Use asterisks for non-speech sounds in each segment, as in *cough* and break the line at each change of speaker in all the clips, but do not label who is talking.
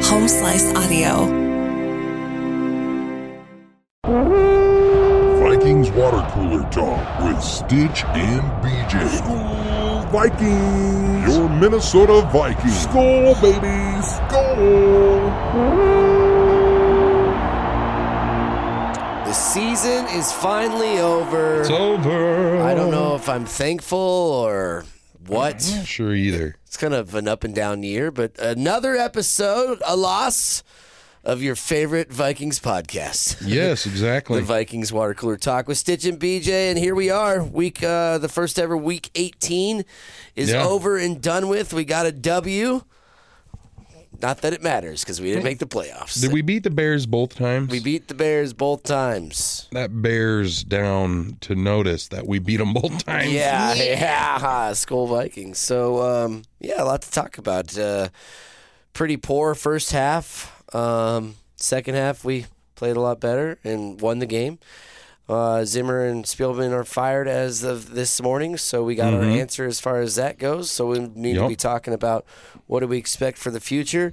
Slice Audio.
Vikings Water Cooler Talk with Stitch and BJ. School Vikings! Your Minnesota Vikings! School, baby! School!
The season is finally over.
It's over.
I don't know if I'm thankful or what.
I'm not
*laughs*
sure either.
It's kind of an up and down year, but another episode, a loss of your favorite Vikings podcast.
Yes, exactly.
The Vikings Water Cooler Talk with Stitch and BJ, and here we are. Week uh, the first ever week 18 is
Yeah.
over and done with. We got a W. Not that it matters because we didn't make the playoffs.
Did we beat the Bears both times?
we beat the Bears both times.
that Bears down to notice that we beat them both times.
Yeah, yeah, Skull Vikings. So, um, yeah, a lot to talk about. Uh, pretty poor first half. Um, second half, we played a lot better and won the game. Uh, Zimmer and Spielman are fired as of this morning, so we got our answer as far as that goes. So we need to
Mm-hmm. Yep.
be talking about what do we expect for the future.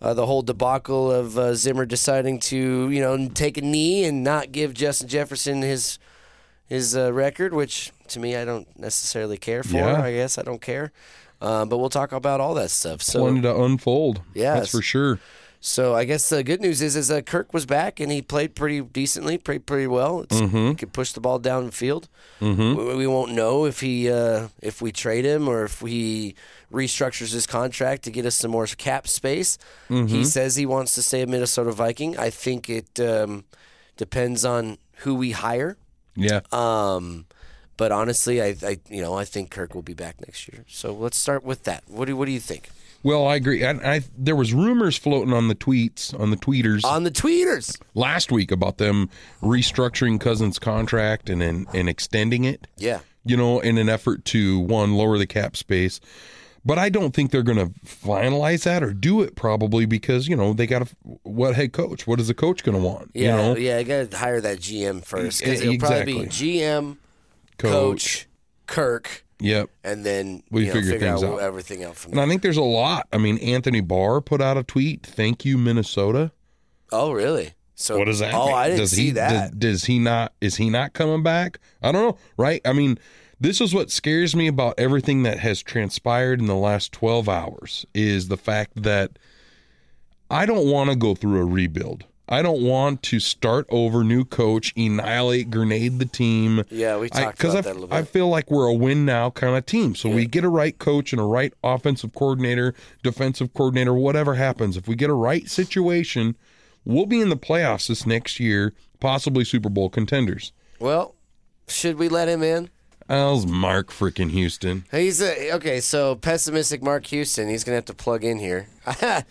Uh, the whole debacle of uh, Zimmer deciding to, you know, take a knee and not give Justin Jefferson his his uh, record, which to me I don't necessarily care for.
Yeah.
I guess I don't care, um, but we'll talk about all that stuff. So,
Wanted to unfold.
Yes.
That's for sure.
so I guess the good news is is uh, Kirk was back and he played pretty decently, played pretty well. It's, He could push the ball downfield. Mm-hmm. We, we won't know if he uh, if we trade him or if he restructures his contract to get us some more cap space. He says he wants to stay a Minnesota Viking. I think it um, depends on who we hire.
Yeah.
Um, but honestly, I, I you know I think Kirk will be back next year. So let's start with that. What do what do you think
well, I agree. And I there was rumors floating on the tweets, on the tweeters
on the tweeters?
last week about them restructuring Cousins' contract and and, and extending it.
Yeah,
you know, in an effort to one lower the cap space. But I don't think they're going to finalize that or do it probably because you know they got to what head coach? What is the coach going to want?
yeah,
you know,
yeah. I gotta hire that GM first because
E-
it'll probably be
exactly.
GM, coach, Kirk,
Yep.
and then
We
you know,
figure things
out,
out.
everything out from
And
there.
I think there's a lot. I mean, Anthony Barr put out a tweet, "Thank you, Minnesota."
Oh, really? So
What does that?
Oh,
mean?
I didn't
Does
see
he,
that.
Does, does he not? Is he not coming back? I don't know. Right? I mean, this is what scares me about everything that has transpired in the last twelve hours is the fact that I don't want to go through a rebuild. I don't want to start over, new coach, annihilate, grenade the team.
Yeah, we
I-
talked
'cause
about
I,
that a little
I
bit.
feel like we're a win now kind of team. So we get a right coach and a right offensive coordinator, defensive coordinator, whatever happens. If we get a right situation, we'll be in the playoffs this next year, possibly Super Bowl contenders.
well, should we let him in?
How's Mark freaking Houston?
He's a, okay. So pessimistic Mark Houston. He's gonna have to plug in here. *laughs*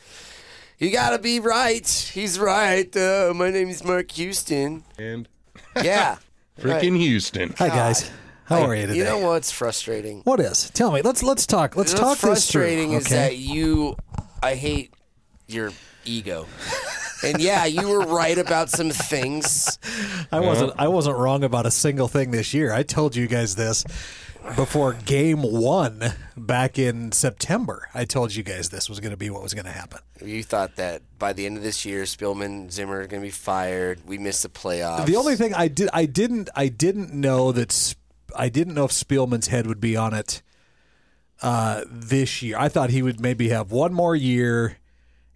you gotta be right. He's right. Uh, my name is Mark Houston.
And *laughs*
Yeah.
freaking Houston.
Hi guys, how are you today?
You know what's frustrating?
what is? Tell me. Let's let's talk. Let's
What's
talk this through.
frustrating is that you. I hate your ego. and yeah, you were right about some things.
I wasn't I wasn't wrong about a single thing this year. I told you guys this before game one back in September. I told you guys this was going to be what was going to happen.
You thought that by the end of this year, Spielman, Zimmer are going to be fired. We missed the playoffs.
The only thing I did I didn't I didn't know that Sp- I didn't know if Spielman's head would be on it uh, this year. I thought he would maybe have one more year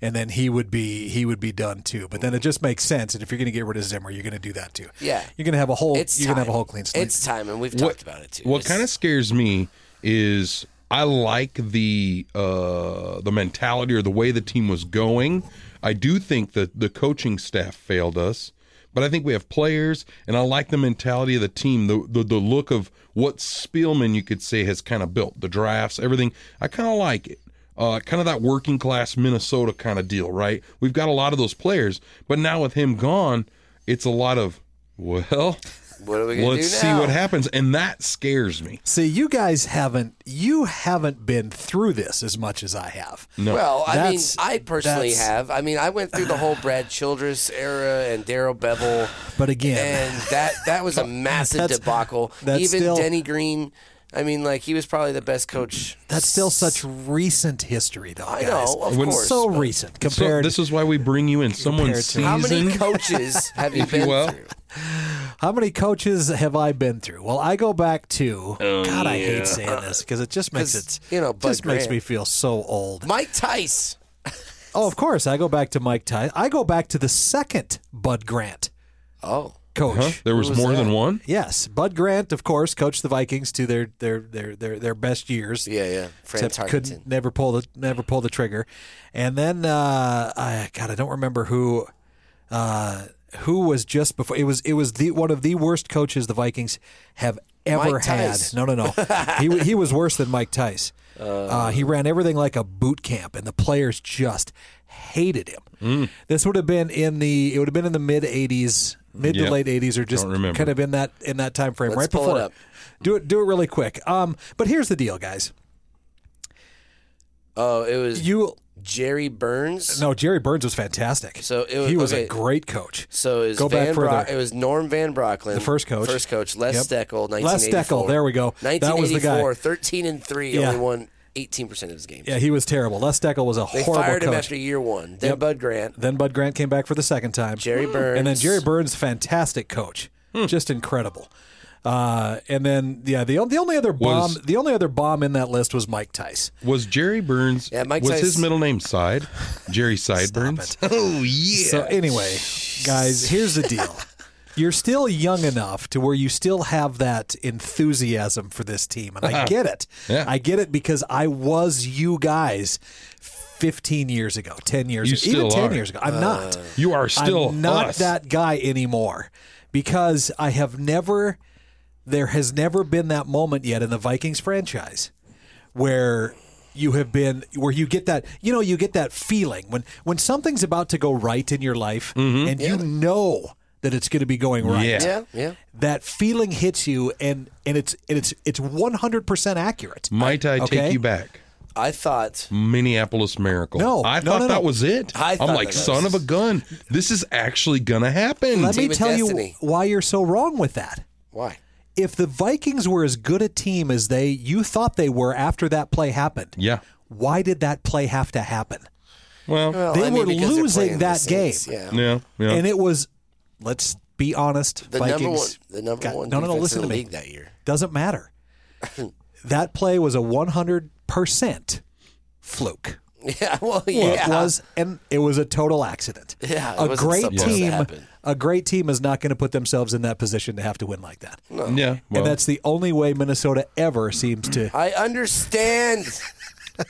and then he would be he would be done too. But then it just makes sense and if you're going to get rid of Zimmer, you're going to do that too.
Yeah.
You're going to have a whole
It's
you're going to have a
time.
whole clean slate.
It's time, and we've talked about it too.
What
It's-
kind of scares me is I like the uh, the mentality or the way the team was going. I do think that the coaching staff failed us, but I think we have players, and I like the mentality of the team, the the, the look of what Spielman you could say has kind of built the drafts, everything. I kind of like it. Uh, kind of that working class Minnesota kind of deal, right? We've got a lot of those players, but now with him gone, it's a lot of well.
What are we going to do
Let's see
now?
what happens, and that scares me.
See, you guys haven't you haven't been through this as much as I have.
No.
Well, I mean,
That's-
I personally
that's-
have. I mean, I went through the
*sighs*
whole Brad Childress era and Daryl Bevel,
But again- *laughs*
and that that was a massive
That's-
debacle.
that's
Even
still-
Denny Green I mean, like he was probably the best coach.
That's still such recent history, though.
I
guys.
know, of
When-
course.
so
but
recent
So
compared.
this is why we bring you in someone's
Compared to-
season.
how
*laughs*
many coaches have you
if you
been
will.
through?
How many coaches have I been through? Well, I go back to God. I hate saying this because it just makes
Oh, 'Cause,
it
you know, Bud
just makes
Grant.
me feel so old.
Mike Tice.
Oh, of course, I go back to Mike Ty. I go back to the second Bud Grant
Oh,
coach.
Huh? There was,
was
more
that?
than one.
Yes, Bud Grant, of course, coached the Vikings to their their their their, their best years.
yeah, yeah. Fran Tarkenton.
Except couldn't never pull the never pull the trigger, and then uh, I, God, I don't remember who uh, who was just before. It was it was the one of the worst coaches the Vikings have ever
Mike
had.
Tice.
No, no, no. he wa- he was worse than Mike Tice. Uh, he ran everything like a boot camp, and the players just hated him.
Mm.
This would have been in the it would have been in the mid '80s, mid
Yep.
to late '80s, or just
Don't remember.
kind of in that in that time frame,
Let's
right
pull it
before.
up.
Do it do it really quick. Um, but here's the deal, guys.
Oh, it was
You
Jerry Burns.
No, Jerry Burns was fantastic.
So it was-
he was
okay.
a great coach.
So is
Go back
Van
further.
Bro- it was Norm Van Brocklin,
The first coach.
First coach, Les
Yep.
Steckel, 1984.
Les Steckel, there we go. That was the guy.
1984, 13 and 3,
Yeah.
only won 18% of his games.
Yeah, he was terrible. Les Steckel was a
they
horrible
fired
coach.
him after year 1. Then Bud Grant,
then Bud Grant came back for the second time. Hmm.
Jerry Burns.
and then Jerry Burns, fantastic coach, just incredible. Uh, and then yeah, the on- the only other bomb,
Was-
the only other bomb in that list was Mike Tice.
Was Jerry Burns?
Yeah, Mike
was
Tice-
his middle name
*laughs*
Side? Jerry Sideburns. *laughs* Oh yeah.
So anyway, guys, here's
*laughs*
the deal. You're still young enough to where you still have that enthusiasm for this team, and I get it.
Uh-huh. Yeah.
I get it because I was you guys 15 years ago, 10 years,
You
ago, even
still
10
are. Uh,
years ago. I'm not.
you are still
I'm not
us.
that guy anymore because I have never. There has never been that moment yet in the Vikings franchise where you have been where you get that you know you get that feeling when when something's about to go right in your life and you know that it's going to be going right
Mm-hmm. Yeah.
Yeah, yeah.
that feeling hits you and and it's and it's it's 100% accurate
Might I
Okay.
take you back?
I thought
Minneapolis Miracle.
No,
I
no,
thought
no, no.
that was it.
I thought
am like,
that
son
was-
of a gun, this is actually gonna happen.
let me
Team of
tell
destiny.
you why you're so wrong with that
why?
if the vikings were as good a team as they you thought they were after that play happened
yeah.
why did that play have to happen
Well,
Well,
They
I mean,
were
because they're
losing
playing the
that
Saints,
game.
Yeah. *laughs*
yeah, yeah.
and it was let's be honest
The
vikings
number one the number
got-
one
no no no
defense
listen
in
to
the
me
league that year. *laughs*
Doesn't matter. that play was a 100% fluke.
Yeah, well, yeah.
It was and it was a total accident.
Yeah, it
a
wasn't
great
supposed to
team
happen.
a great team is not going to put themselves in that position to have to win like that.
yeah. Well,
and that's the only way Minnesota ever
*clears throat*
seems to
I
*laughs*
understand.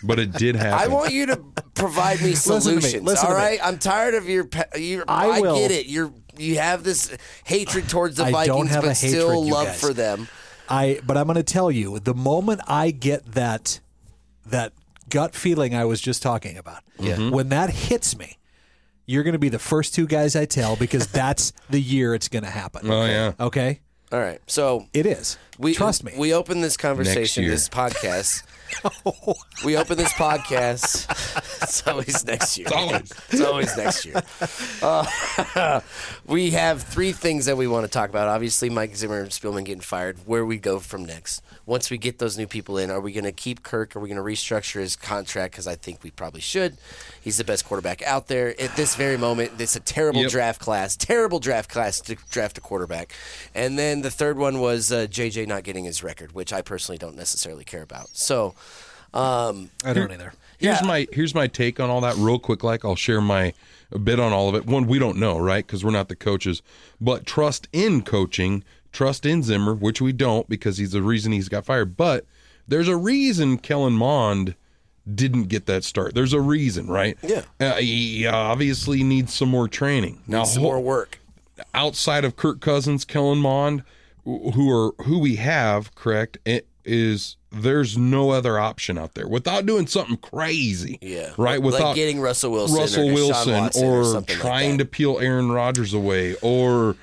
but it did happen.
*laughs* I want you to provide me
*laughs* Listen to me,
solutions.
listen
all
to me.
right, I'm tired of your. pa- your
I
I,
will-
get it. You're you have this hatred towards the
I
Vikings,
don't have
but
a hatred,
still
you
love
guys.
for them.
I but I'm going to tell you the moment I get that that gut feeling I was just talking about.
Mm-hmm.
When that hits me, you're going to be the first two guys I tell
*laughs*
because that's the year it's going to happen.
Oh, yeah.
Okay?
All right, so
It is.
we
Trust me.
We open this conversation,
year.
this
*laughs*
podcast. We open this podcast. It's always next year. It's
always.
It's always next year. Uh, *laughs* we have three things that we want to talk about. Obviously, Mike Zimmer and Spielman getting fired. Where we go from next? Once we get those new people in, are we going to keep Kirk? Are we going to restructure his contract? Because I think we probably should. He's the best quarterback out there at this very moment. It's a terrible
Yep.
draft class. Terrible draft class to draft a quarterback. And then the third one was uh, JJ not getting his record, which I personally don't necessarily care about. So. Um,
I don't either.
Here's
Yeah.
my here's my take on all that real quick. Like I'll share my bit on all of it. One, we don't know, right? Because we're not the coaches, but trust in coaching, trust in Zimmer, which we don't because he's the reason he's got fired. But there's a reason Kellen Mond didn't get that start. There's a reason, right?
Yeah.
Uh, he obviously needs some more training. Now,
some more work.
outside of Kirk Cousins, Kellen Mond, wh- who are who we have, correct? It is there's no other option out there without doing something crazy.
Yeah.
Right. Without
like getting Russell Wilson,
Russell
or Deshaun
Wilson
Watson
or,
or, something
trying
like
to peel Aaron Rodgers away or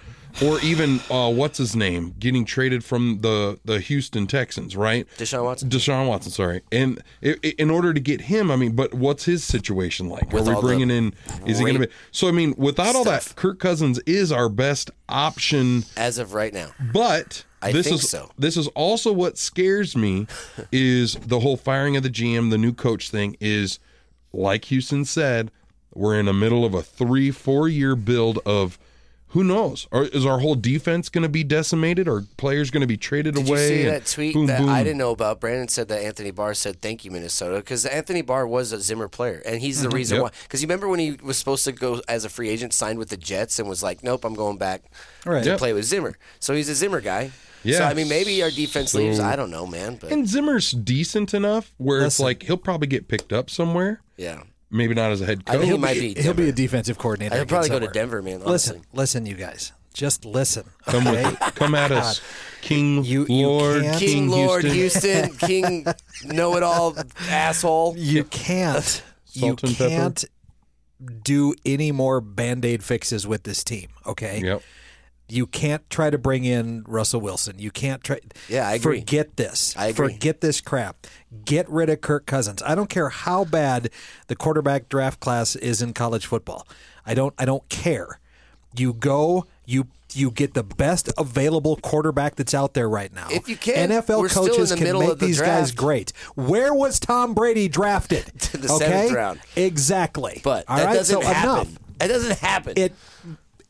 or even uh, what's his name getting traded from the the Houston Texans, right?
that. Deshaun Watson.
Deshaun Watson, sorry, and i i in order to get him, I mean, but what's his situation like?
With
Are
all the
we bringing in? Is he going to
great
be? So I mean, without all that,
stuff.
Kirk Cousins is our best option,
As of right now,
but
I
this
think
is
so.
this is also what
*laughs*
scares me is the whole firing of the GM, the new coach thing is like Houston said, we're in the middle of a 3-4 year build of who knows? Are, is our whole defense going to be decimated? Are players going to be traded
Did you
away?
see
and
that tweet
boom,
that
boom.
I didn't know about? Brandon said that Anthony Barr said thank you Minnesota because Anthony Barr was a Zimmer player and he's the reason
Mm-hmm. Yep.
why. Because you remember when he was supposed to go as a free agent, signed with the Jets, and was like, "Nope, I'm going back
Right.
to
Yep.
play with Zimmer." So he's a Zimmer guy. So
Yeah.
I mean, maybe our defense leaves.
So-
I don't know, man. But
And Zimmer's decent enough where it's
Listen.
like he'll probably get picked up somewhere.
yeah,
Maybe not as a head
I think he
coach.
might be.
He'll
Denver.
be a defensive coordinator.
He'll
again
probably go to
somewhere.
Denver, man. Honestly.
Listen, listen, you guys, just listen.
Come, with-
*laughs*
okay?
come at us, King
You- you
Lord,
can't-
King,
King
Lord
Houston.
Houston, King know-it-all asshole.
You can't. you
Salt and pepper.
can't do any more band aid fixes with this team. Okay.
Yep.
You can't try to bring in Russell Wilson. You can't try.
Yeah, I agree.
Forget this.
I agree.
Forget this crap. Get rid of Kirk Cousins. I don't care how bad the quarterback draft class is in college football. I don't. I don't care. You go. You you get the best available quarterback that's out there right now.
If you can,
NFL
we're still in
coaches
the
can
middle
make
of the
these guys
draft.
great. Where was Tom Brady drafted?
*laughs* To the seventh round.
Exactly.
But
All
that
right,
doesn't
so
happen.
enough.
That doesn't happen.
It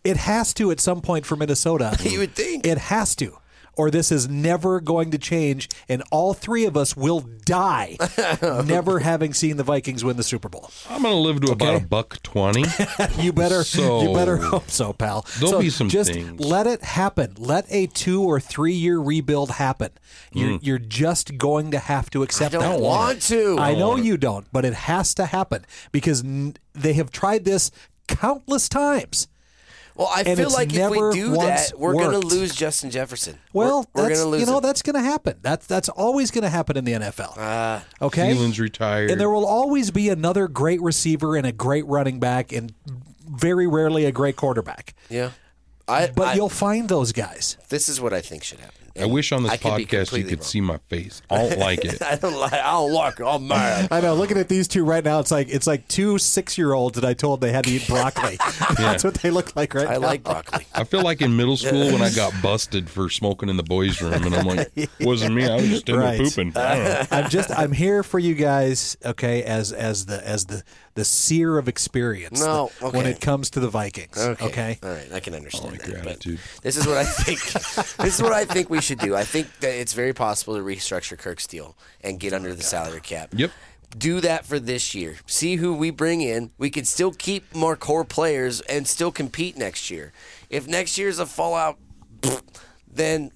it has to at some point for Minnesota.
*laughs* You would think.
It has to. Or this is never going to change, and all three of us will die
*laughs*
never having seen the Vikings win the Super Bowl. *laughs*
I'm gonna live to about
Okay.
a buck twenty.
*laughs*
You better,
So-
you better hope so, pal.
There'll
so
be some
just
things.
let it happen. Let a two or three year rebuild happen. You're,
Mm.
you're just going to have to
I
accept
don't,
that.
want to.
I know you don't, but it has to happen because n- they have tried this countless times.
Well, I
And
feel
it's
like if
never
we do
once
that, we're going to
worked.
lose Justin Jefferson.
Well,
we're, we're
that's,
going to lose
you know
him.
that's going to happen. That's that's always going to happen in the NFL.
Ah.
okay,
Thielen's retired.
and there will always be another great receiver and a great running back, and very rarely a great quarterback.
yeah. I,
But
I-
you'll find those guys.
this is what I think should happen.
I wish on this
I could be
podcast you
completely
could
wrong.
see my face. I don't
*laughs*
like it.
I don't like. I don't like. it. I'm mad.
I know. Looking at these two right now, it's like it's like two six year olds that I told they had to eat *laughs* broccoli. That's what they look like right
I
now.
like broccoli.
I feel like in middle school when I
*laughs*
got busted for smoking in the boys' room, and I'm like, wasn't me. I was just in there
Right.
pooping. I don't know.
*laughs* I'm just I'm here for you guys, okay, as as the as the the seer of experience
No,
the- when
okay.
it comes to the Vikings. Okay.
All right. I can understand that. but
Oh, gratitude.
this is what I think.
*laughs*
this is what I think we should do. I think that it's very possible to restructure Kirk's deal and get under the salary cap.
Yep.
Do that for this year. See who we bring in. We could still keep more core players and still compete next year. If next year's a fallout, pfft, then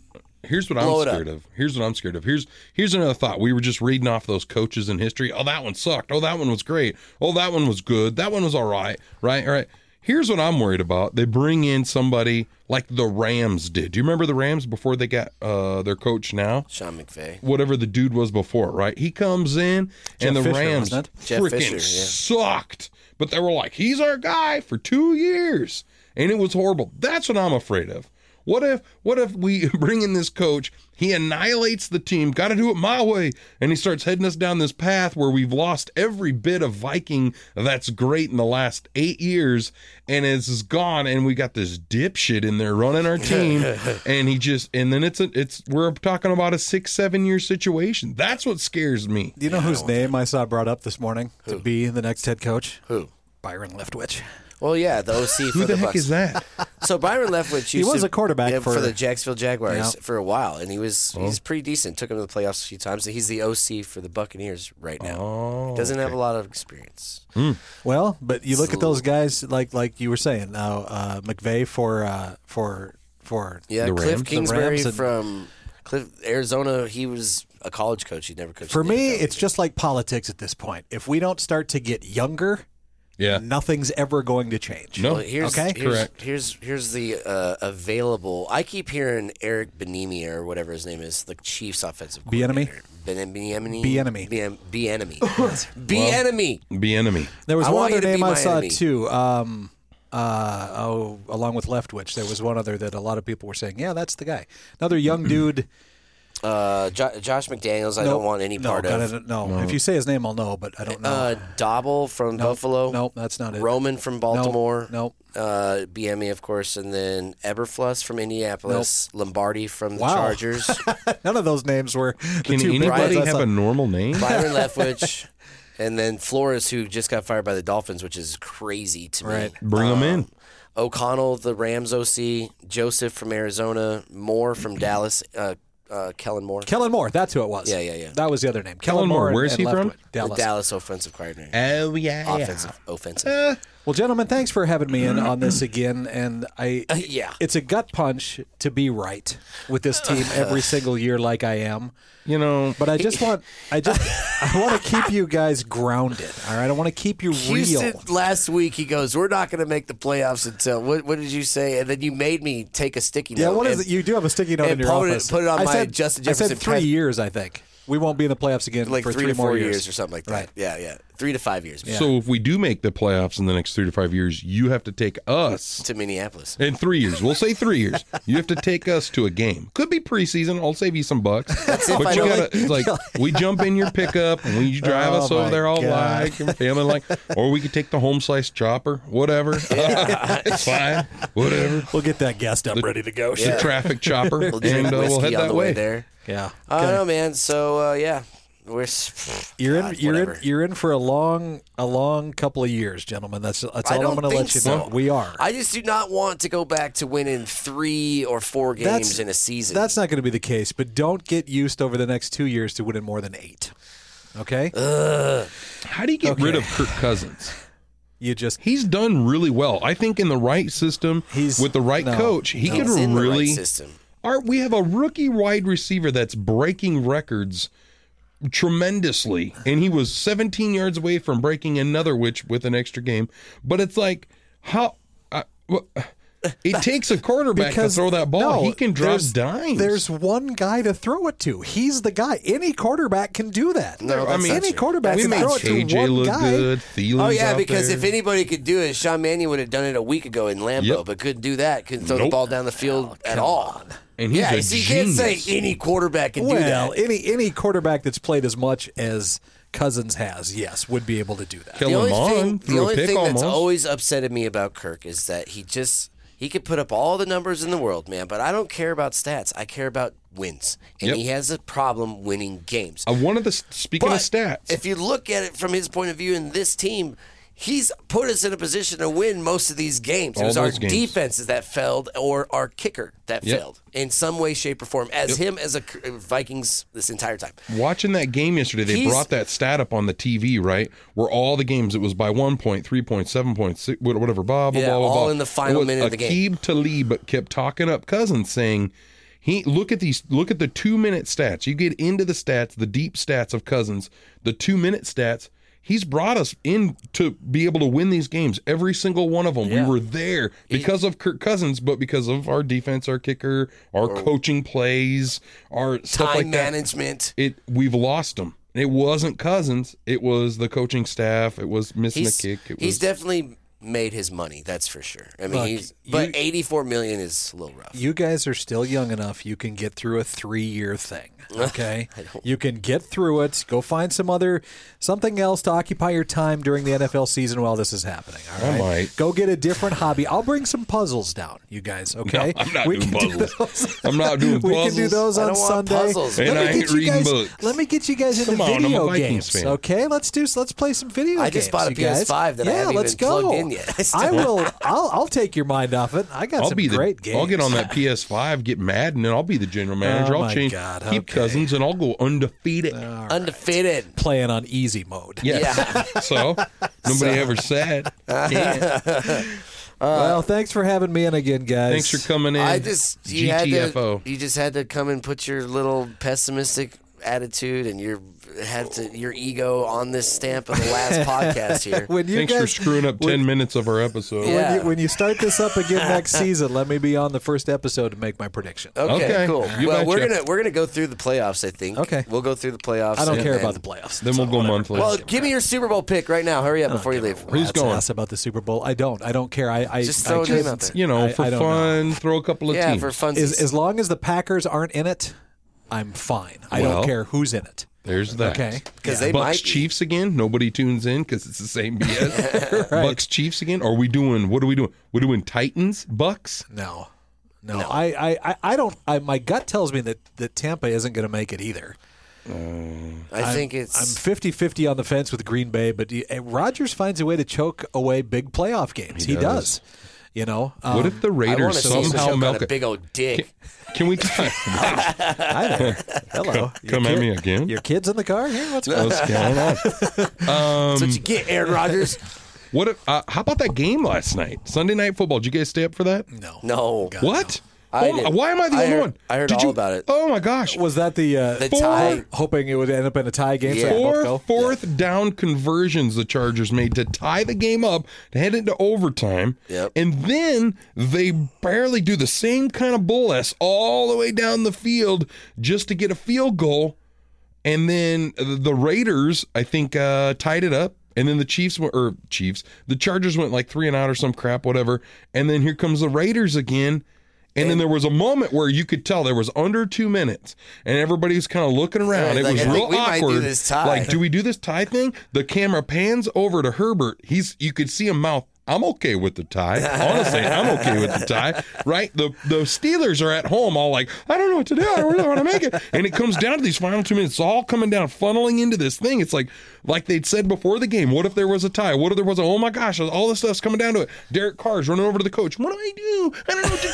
Here's what
Blow
I'm
it up.
scared of. Here's what I'm scared of. Here's here's another thought. We were just reading off those coaches in history. Oh, that one sucked. Oh, that one was great. Oh, that one was good. That one was all right. Right, all right. Here's what I'm worried about. They bring in somebody like the Rams did. Do you remember the Rams before they got uh, their coach now?
Sean McVay.
whatever the dude was before, right? He comes in and the
Fisher,
Rams
wasn't
Jeff
freaking
Fisher, yeah.
sucked. But they were like, he's our guy for two years. And it was horrible. That's what I'm afraid of. What if what if we *laughs* bring in this coach, he annihilates the team, gotta do it my way, and he starts heading us down this path where we've lost every bit of Viking that's great in the last eight years and it's gone and we got this dipshit in there running
*laughs*
our team and he just and then it's a it's we're talking about a six, seven year situation. That's what scares me.
Do you know whose name I saw brought up this morning to be the next head coach?
Who?
Byron Leftwich.
Well, yeah, the OC for
Who the,
Bucks.
heck
*laughs*
is that?
So Byron Leftwich used
was
to-
a quarterback
yeah,
for-
the Jacksonville Jaguars
Yeah.
for a while, and he was
Oh.
he's pretty decent. Took him to the playoffs a few times. He's the OC for the Buccaneers right now.
Oh, Hmm.
Doesn't have a lot of experience.
Well, but you look at those guys like like you were saying now, uh, McVay for uh, for for
Yeah,
The Rams?
Cliff
The
Kingsbury
Rams and-
from Cliff Arizona. He was a college coach. He never coached
for
in the
me
NFL.
it's just like politics at this point. If we don't start to get younger,
Yeah.
nothing's ever going to change.
No.
Well, here's,
Okay.
here's,
Correct.
Here's here's the uh, available. I keep hearing Eric Benemi or whatever his name is, the Chiefs' offensive
Bieniemy?
coordinator. Ben- Bieniemy.
Bieniemy.
Bien- Bieniemy.
*laughs*
Bieniemy.
Be enemy.
There was
I
one
want you
other
to be
name I
my
saw
enemy.
too. Um, uh, oh,
*clears throat*
along with Leftwich, there was one other that a lot of people were saying, "Yeah, that's the guy." Another young dude.
Uh, jo- Josh McDaniels, I don't
Nope.
want any
No,
part
God, I
of.
don't know. If you say his name, I'll know, but I don't know.
Uh, Dobble from Buffalo.
Nope, that's not it.
Roman from Baltimore.
Nope. *laughs*
Uh, BME, of course, and then Eberfluss from Indianapolis. Lombardi from the
Wow. *laughs*
Chargers.
None of those names were. The
Can
two
anybody
brands I
have
saw.
a normal name?
Byron Leftwich. And then Flores, who just got fired by the Dolphins, which is crazy to
Right.
me. Um,
Bring them in.
O'Connell, the Rams OC. Joseph from Arizona. Moore from Dallas. Uh, uh, Kellen Moore.
Kellen Moore? That's who it was.
Yeah, yeah, yeah.
That was the other name. Kellen,
Moore,
and-
where's
and
he from?
Leftwich.
the
Dallas.
Dallas offensive coordinator.
Oh yeah,
offensive. Offensive.
Well, gentlemen, thanks for having me in
*clears throat*
on this again. And I,
Uh, yeah.
it's a gut punch to be right with this team
*sighs*
every single year, like I am.
You know,
But I just want,
*laughs*
I just, I want to keep you guys grounded. All right, I want to keep you
Houston
real.
last week, he goes, "We're not going to make the playoffs until what, what did you say?" And then you made me take a sticky
Yeah,
note.
what is
and
it? You do have a sticky note
and
in your
put it-
office.
put it on
I
my
said,
Justin
I
Jefferson
said three
pet-
years. I think we won't be in the playoffs again
Like
for
three,
three,
to
more
four years.
years.
or something like that.
Right.
Yeah, yeah, three to five years
so if we do make the playoffs in the next three to five years, you have to take us
to Minneapolis.
in three years. We'll say three years. You have to take us to a game. Could be preseason. I'll save you some
*laughs*
bucks.
if
but
I
you
don't-
gotta it's like we jump in your pickup and we drive
Oh
us over
my
there all
God.
like and family like, or we could take the home slice chopper,
*laughs*
whatever. *laughs* it's fine, whatever.
We'll get that guest up ready to go.
The traffic
*laughs*
chopper,
We'll drink
and uh, we'll
whiskey
head
on
that
the way,
way.
there.
Yeah.
I don't know, man. So uh, yeah, we're s-
You're in.
God,
you're
whatever.
in. You're in for a long, a long couple of years, gentlemen. That's that's
I
all I'm
don't
going to
think
let you
so.
know. We are.
I just do not want to go back to winning three or four games
That's-
in a season.
That's not going to be the case. But don't get used over the next two years to winning more than eight. Okay.
How do you get rid of Kirk Cousins?
you just.
He's done really well. I think in the right system,
He's-
with the right
no,
coach, he
It's
could
in the right
really.
system.
Our- we have a rookie wide receiver that's breaking records tremendously, and he was 17 yards away from breaking another, which with an extra game. But it's like how I- wha- it takes a quarterback
Because
to throw that ball.
no,
he can drop
there's-
dimes.
There's one guy to throw it to. He's the guy. Any quarterback can do that.
No, that's not
any
true.
quarterback
we
can
made
throw it to
KJ
one
look
guy.
good. Thielen's
Oh yeah,
out
because
there.
if anybody could do it, Sean Mannion would have done it a week ago in Lambeau,
Yep.
but couldn't do that. Couldn't throw the
Nope. Oh,
ball down the field at all.
And he's
yeah,
a
so you can't say
genius.
any quarterback can
Well,
do that.
any any quarterback that's played as much as Cousins has, yes, would be able to do that.
The
Kellen
only
Mond
thing,
threw
the
a
only
pick
thing that's
almost.
always upsetted me about Kirk is that he just he could put up all the numbers in the world, man. But I don't care about stats. I care about wins, and
Yep.
he has a problem winning games.
I wanted to speaking of
But
stats.
If you look at it from his point of view in this team, he's put us in a position to win most of these games.
All
it was our
those games.
defenses that failed or our kicker that
Yep.
failed in some way, shape, or form as him as a uh, Vikings this entire time.
Watching that game yesterday, they
He's-
brought that stat up on the TV, right? Where all the games, it was by one point, three point, seven point, six, wha- whatever, blah, blah,
Yeah,
blah, blah.
all
blah.
in the final
It was
minute of the game.
Aqib Talib kept talking up Cousins, saying, "He look at these, look at the two minute stats. You get into the stats, the deep stats of Cousins, the two minute stats." He's brought us in to be able to win these games, every single one of them.
Yeah.
We were there because of Kirk Cousins, but because of our defense, our kicker, our coaching plays, our stuff
Time
like that
management.
it we've lost him. It wasn't Cousins. It was the coaching staff. It was missing
He's,
a kick. It
he's
was
definitely made his money. That's for sure. I mean,
Look,
he's
you-
but eighty four million is a little rough.
You guys are still young enough. You can get through a three-year
*laughs*
thing. Okay, you can get through it. Go find some other something else to occupy your time during the NFL season while this is happening. All
I
right,
might.
go get a different hobby. I'll bring some puzzles down, you guys. Okay,
I'm not doing
can do
puzzles.
those-
*laughs* I'm not doing
*laughs* we
puzzles.
can do those
I
on
don't want
Sunday.
puzzles. And
me
I
get
ain't
you
reading
guys,
books.
Let me get you guys into
Come on, I'm a
video
Vikings
games.
fan.
Okay, let's do. Let's play some video games.
I just bought a
you guys.
PS5 that I
yeah,
haven't
let's
even
go.
plugged in yet. *laughs* I still-
I will. I'll, I'll take your mind off it. I got
I'll
some
be the
great games.
I'll get on that PS5, get mad, and then I'll be the general manager.
Oh
I'll
my
change
God,
keep
okay.
Cousins and I'll go undefeated.
Undefeated.
playing on easy mode.
yes. *laughs* so nobody ever said. Can't.
well, thanks for having me in again, guys.
Uh, Thanks for coming in.
I just you had to,
GTFO.
you just had to come and put your little pessimistic attitude and your had to your ego on this stamp of the
*laughs*
last podcast here.
When you
Thanks
guys,
for screwing up ten minutes of our episode.
Yeah.
When you, when you start this up *laughs* again next season, let me be on the first episode to make my prediction.
Okay,
Okay,
cool.
you
well, we're
betcha.
gonna we're gonna go through the playoffs. I think.
Okay.
we'll go through the playoffs.
I don't
and
care
then-
about the playoffs.
Then we'll go monthly.
Well, give me your Super Bowl pick right now. Hurry up before you leave.
Who's
That's
going?
ask about the Super Bowl. I don't. I don't care. I, I
Just
I
throw a name out there.
you know,
I-
for
I don't
fun, throw a couple of
Yeah,
teams.
for fun.
As, as long as the Packers aren't in it, I'm fine. I
Well-
don't care who's in it.
There's that.
Okay.
'Cause they
Bucks
might be.
Chiefs again. Nobody tunes in because it's the
*laughs*
same BS. Bucks Chiefs again. Are we doing? What are we doing? We're doing Titans Bucks.
No. No, I, I, I, I don't. I, my gut tells me that, that Tampa isn't going to make it either.
I think it's
I'm 50 50 on the fence with Green Bay, but he, eh, Rodgers finds a way to choke away big playoff games. He,
does.
does. You know, um,
what if the
I want
Raiders
to see him
somehow
choke on
milk
a
it?
big old dick.
Can we talk?
*laughs*
Hi there.
*laughs*
Hello. Your
come at
kid-
me again?
Your kids in the car here? What's going
What's going on?
That's
um,
what you get, Aaron
*laughs*
Rodgers.
What? If, uh, how about that game last night? Sunday night football. Did you guys stay up for that?
No.
No,
What?
I
oh, my-
didn't.
why am I the
I
only
heard-
one?
I heard
Did
all
you,
about it.
Oh my gosh!
*laughs* Was that the, uh,
the
four-
tie.
hoping it would end up in a tie game?
Yeah.
So they both
Four
go?
fourth down conversions the Chargers made to tie the game up, to head into overtime.
Yep.
And then they barely do the same kind of bull ass all the way down the field just to get a field goal. And then the the Raiders, I think, uh, tied it up. And then the Chiefs went, or Chiefs, the Chargers went like three and out or some crap, whatever. And then here comes the Raiders again. And, then there was a moment where you could tell there was under two minutes, and everybody was kind of looking around.
Yeah,
it
like,
was
I think
real
we might do
awkward.
this tie.
Like, do we do this tie thing? The camera pans over to Herbert. He's you could see him mouth. I'm okay with the tie. Honestly, I'm okay with the tie. Right? The the Steelers are at home, all like, I don't know what to do. I don't really want to make it. And it comes down to these final two minutes. It's all coming down, funneling into this thing. It's like, like they'd said before the game. What if there was a tie? What if there was a? Oh my gosh! All this stuff's coming down to it. Derek Carr's running over to the coach. What do I do? I don't know what to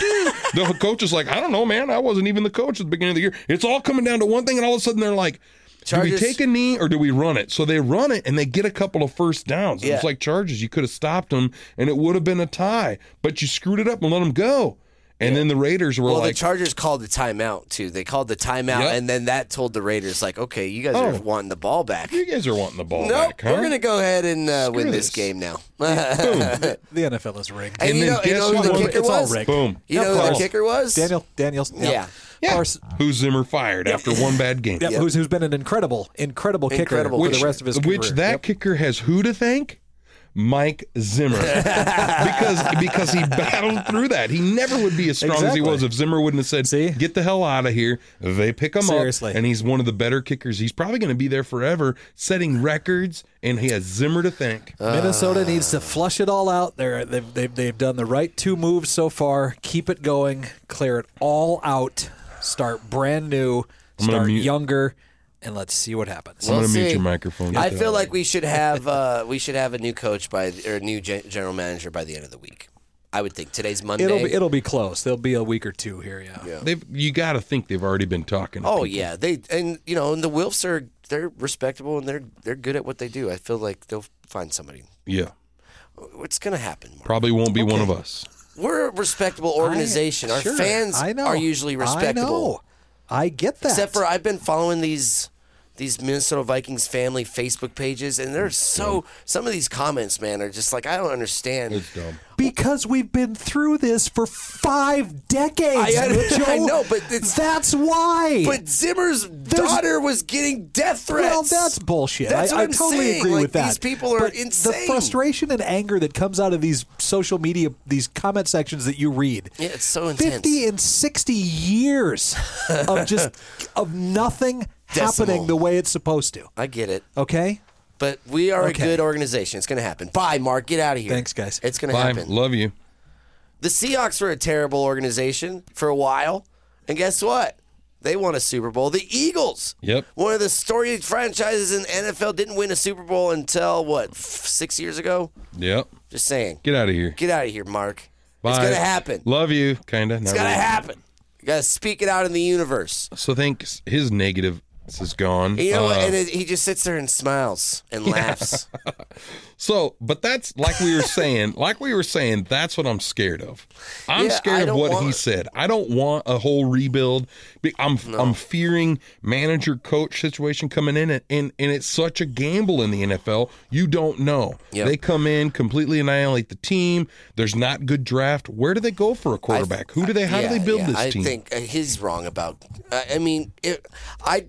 do. the *laughs* coach is like, I don't know, man. I wasn't even the coach at the beginning of the year. It's all coming down to one thing, and all of a sudden they're like.
Chargers-
Do we take a knee or do we run it? So they run it and they get a couple of first downs. It's
Yeah.
like charges. You could have stopped them and it would have been a tie, but you screwed it up and let them go. And then the Raiders were
Well,
like,
the Chargers called the timeout too. They called the timeout,
Yep.
and then that told the Raiders, like, okay, you guys
Oh.
are wanting the ball back.
"You guys are wanting the ball
Nope,
back, huh?"
we're gonna go ahead and uh, win this
this.
game
*laughs*
now. *laughs*
The NFL is rigged.
And,
And
you
then
know, you
guess
know
who
who the
won?
kicker
It's all
was?
rigged.
Boom.
You
Of
know who the
course.
kicker was?
Daniel, Daniels. Yep.
Yeah.
Yeah.
Pars-
Who's Zimmer fired after one bad game?
yep,
Yep.
Who's, who's been an incredible,
Incredible
incredible, kicker
kicker.
for the rest of his career.
which that kicker has who to thank? Mike
*laughs*
Zimmer, because because he battled through that. He never would be as strong as he
Exactly.
was if Zimmer wouldn't have said,
See?
"Get the hell out of here." They pick him
Seriously.
up, and he's one of the better kickers. He's probably going to be there forever, setting records, and he has Zimmer to thank.
Uh, Minnesota needs to flush it all out. They're, they've, they've, they've done the right two moves so far. Keep it going. Clear it all out. Start brand new.
gonna
Start
mute-
younger. And let's see what happens.
I'm
We'll
going to mute
see.
your microphone.
I feel like we should have
*laughs*
uh, we should have a new coach by or a new gen- general manager by the end of the week. I would think today's Monday.
it'll be, it'll be close. There'll be a week or two here. Yeah.
they've you got to think they've already been talking. to
oh
people.
yeah, they and you know and the Wilfs are they're respectable and they're they're good at what they do. I feel like they'll find somebody.
yeah,
It's gonna happen. Mark.
probably won't be one of us.
We're a respectable organization. Our
Sure,
fans
I know.
are usually respectable.
I know. I get that.
Except for I've been following these these Minnesota Vikings family Facebook pages, and they're so some of these comments, man, are just like I don't understand.
It's dumb.
because we've been through this for five
*laughs*
decades.
I- I-
Mitchell.
I know, but it's-
that's why.
But Zimmer's daughter was getting death threats.
Well, that's bullshit.
That's
I,
what
I
I'm
totally
saying.
agree
Like,
with that.
these people are
But The
insane.
frustration and anger that comes out of these social media, these comment sections that you read.
Yeah, it's so intense.
Fifty and sixty years
*laughs*
of just of nothing
Decimal.
happening the way it's supposed to.
I get it,
Okay,
but we are
Okay.
a good organization. It's going to happen. Bye, Mark. Get out of here.
Thanks, guys.
It's going to
Bye,
happen.
love you.
The Seahawks were a terrible organization for a while, and guess what? They won a Super Bowl. The Eagles,
Yep.
one of the storied franchises in the NFL, didn't win a Super Bowl until what f- six years ago.
Yep,
Just saying.
get out of here.
Get out of here, Mark.
Bye.
It's gonna happen.
Love you, kinda.
It's gonna happen. You gotta speak it out in the universe.
So thanks. His negative is gone.
You know,
Uh,
what? and it, he just sits there and smiles and laughs.
So, but that's like we were saying, *laughs* like we were saying, that's what I'm scared of. I'm
Yeah, I
scared of
don't
what he
want-
said. I don't want a whole rebuild. Be- I'm I'm fearing manager coach situation coming in and, and and it's such a gamble in the NFL. You don't know.
Yep.
They come in completely annihilate the team. There's not good draft. Where do they go for a quarterback? Who do they how
Yeah,
do they build
yeah,
this
I
team?
think uh, he's wrong about. I I mean, it, I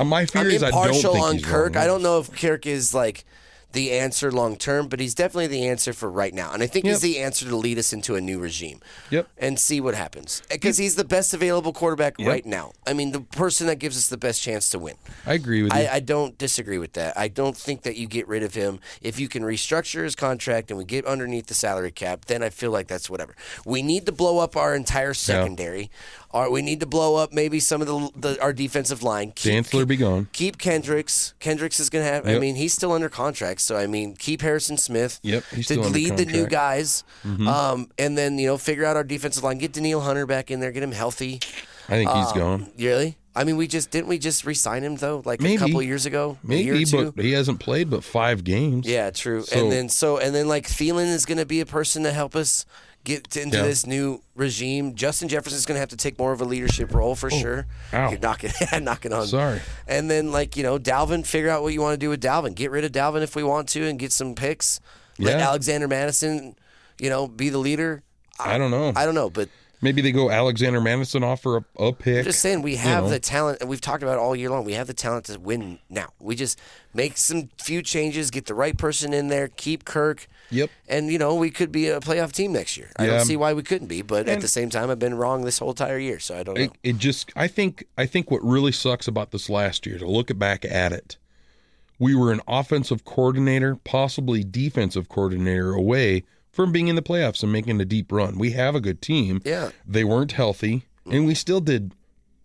Uh, My fear
I'm
is I don't
impartial
think
on
he's
Kirk.
wrong.
I don't know if Kirk is like the answer long term, but he's definitely the answer for right now. And I think
Yep.
he's the answer to lead us into a new regime.
Yep.
And see what happens. Because he's the best available quarterback right now. I mean, the person that gives us the best chance to win.
I agree with you.
I, I don't disagree with that. I don't think that you get rid of him if you can restructure his contract and we get underneath the salary cap. Then I feel like that's whatever. We need to blow up our entire secondary. Our, we need to blow up maybe some of the, the our defensive line. Keep,
Dantzler be gone.
Keep Kendricks. Kendricks is going to have. I
Yep.
mean, he's still under contract, so I mean, keep Harrison Smith.
Yep, he's
to
still under
lead the new
contract. Mm-hmm.
guys, um, and then you know figure out our defensive line. Get Daniil Hunter back in there. Get him healthy.
I think
Um,
he's gone.
Really? I mean, we just didn't we just re-sign him though, like
Maybe.
a couple years ago, a year or
Maybe,
two.
but he hasn't played but five games.
yeah, true.
So-
and then so and then like Thielen is going to be a person to help us get to, into
Yeah.
this new regime. Justin Jefferson is going to have to take more of a leadership role for sure.
Oh, ow.
You're knocking, *laughs* knocking on.
Sorry.
And then like you know, Dalvin, figure out what you want to do with Dalvin. Get rid of Dalvin if we want to, and get some picks. Let
Yeah.
Alexander Madison, you know, be the leader.
I don't know.
I don't know, but
Maybe they go Alexander Madison offer a, a pick.
just saying we have
know.
the talent and we've talked about it all year long we have the talent to win now we just make some few changes get the right person in there keep kirk
Yep.
and you know we could be a playoff team next year i
Yeah.
don't see why we couldn't be but at
And-
the same time i've been wrong this whole entire year so i don't know
It, it just I think I think what really sucks about this last year to look back at it, we were an offensive coordinator, possibly defensive coordinator away from being in the playoffs and making a deep run. We have a good team.
Yeah.
They weren't healthy and we still did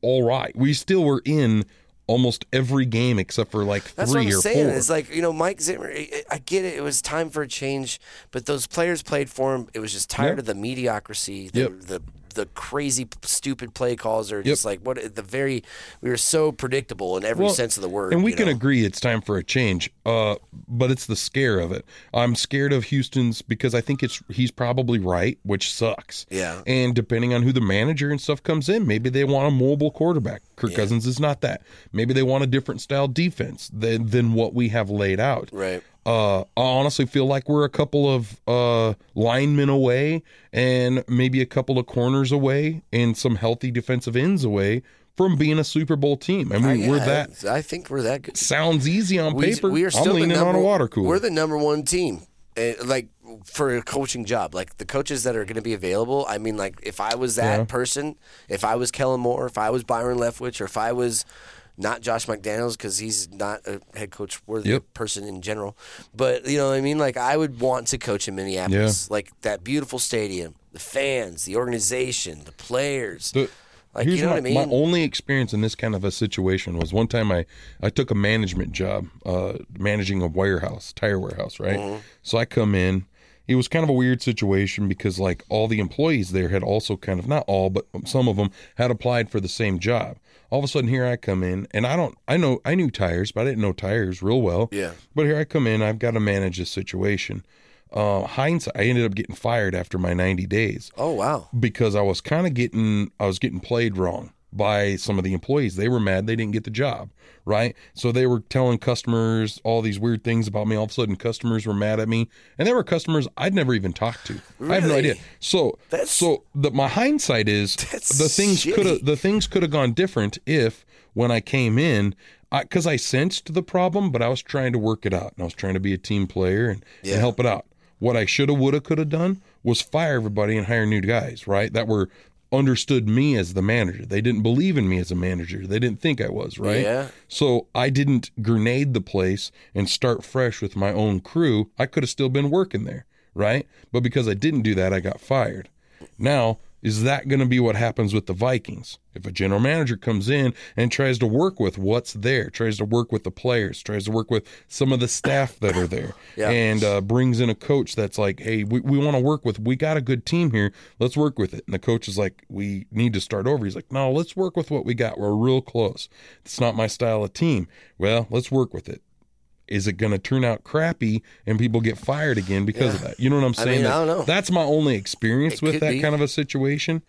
all right. We still were in almost every game except for like 3
That's what I'm
or
saying.
4.
It's like you know, Mike Zimmer. I I get it. It was time for a change, but those players played for him. It was just tired
Yep.
of the mediocrity, the,
Yep.
the the crazy, stupid play calls, or just like what the very. We were so predictable in every
Well,
sense of the word.
And we
you
can
know?
agree it's time for a change. Uh, but it's the scare of it. I'm scared of Houston's because I think it's he's probably right, which sucks.
Yeah.
And depending on who the manager and stuff comes in, maybe they want a mobile quarterback. Kirk Cousins is not that. Maybe they want a different style defense than than what we have laid out.
Right.
Uh, I honestly feel like we're a couple of uh, linemen away and maybe a couple of corners away and some healthy defensive ends away from being a Super Bowl team. I mean, we're
Yeah,
that
I think we're that good.
sounds easy on
We,
paper.
we are still
I'm
the
leaning
number,
on a water cooler.
We're the number one team, eh, like for a coaching job. Like the coaches that are going to be available. I mean, like if I was that person, if I was Kellen Moore, if I was Byron Leftwich, or if I was not Josh McDaniels because he's not a head coach worthy
Yep.
person in general. But you know, what I mean, like I would want to coach in Minneapolis, like that beautiful stadium, the fans, the organization, the players.
The-
like,
here's
you know
my,
what I mean?
my only experience in this kind of a situation was one time I, I took a management job, uh, managing a warehouse, tire warehouse, right?
Mm-hmm.
So I come in. It was kind of a weird situation because like all the employees there had also kind of not all, but some of them had applied for the same job. All of a sudden, here I come in, and I don't, I know, I knew tires, but I didn't know tires real well.
Yeah.
But here I come in. I've got to manage this situation. Uh, hindsight, I ended up getting fired after my 90 days
oh wow.
because I was kind of getting I was getting played wrong by some of the employees. They were mad they didn't get the job, right? So they were telling customers all these weird things about me. All of a sudden, customers were mad at me, and there were customers I'd never even talked to. I have no
Really?
idea. So
That's-
so the, my hindsight is
That's
the things
shitty.
could have the things could have gone different if when I came in. Because I, sensed the problem, but I was trying to work it out, and I was trying to be a team player and, and help it out. What I should have, would have, could have done was fire everybody and hire new guys, right? That were understood me as the manager. They didn't believe in me as a manager. They didn't think I was, right?
Yeah.
So I didn't grenade the place and start fresh with my own crew. I could have still been working there, right? But because I didn't do that, I got fired. Now, is that going to be what happens with the Vikings? If a general manager comes in and tries to work with what's there, tries to work with the players, tries to work with some of the staff that are there,
Yeah.
and uh, brings in a coach that's like, hey, we, we want to work with, we got a good team here. Let's work with it. And the coach is like, we need to start over. He's like, no, let's work with what we got. We're real close. It's not my style of team. Well, let's work with it. Is it going to turn out crappy and people get fired again because of that? You know what I'm
I
saying?
mean,
That-
I don't know.
That's my only experience
It
with
could
that
be.
kind of a situation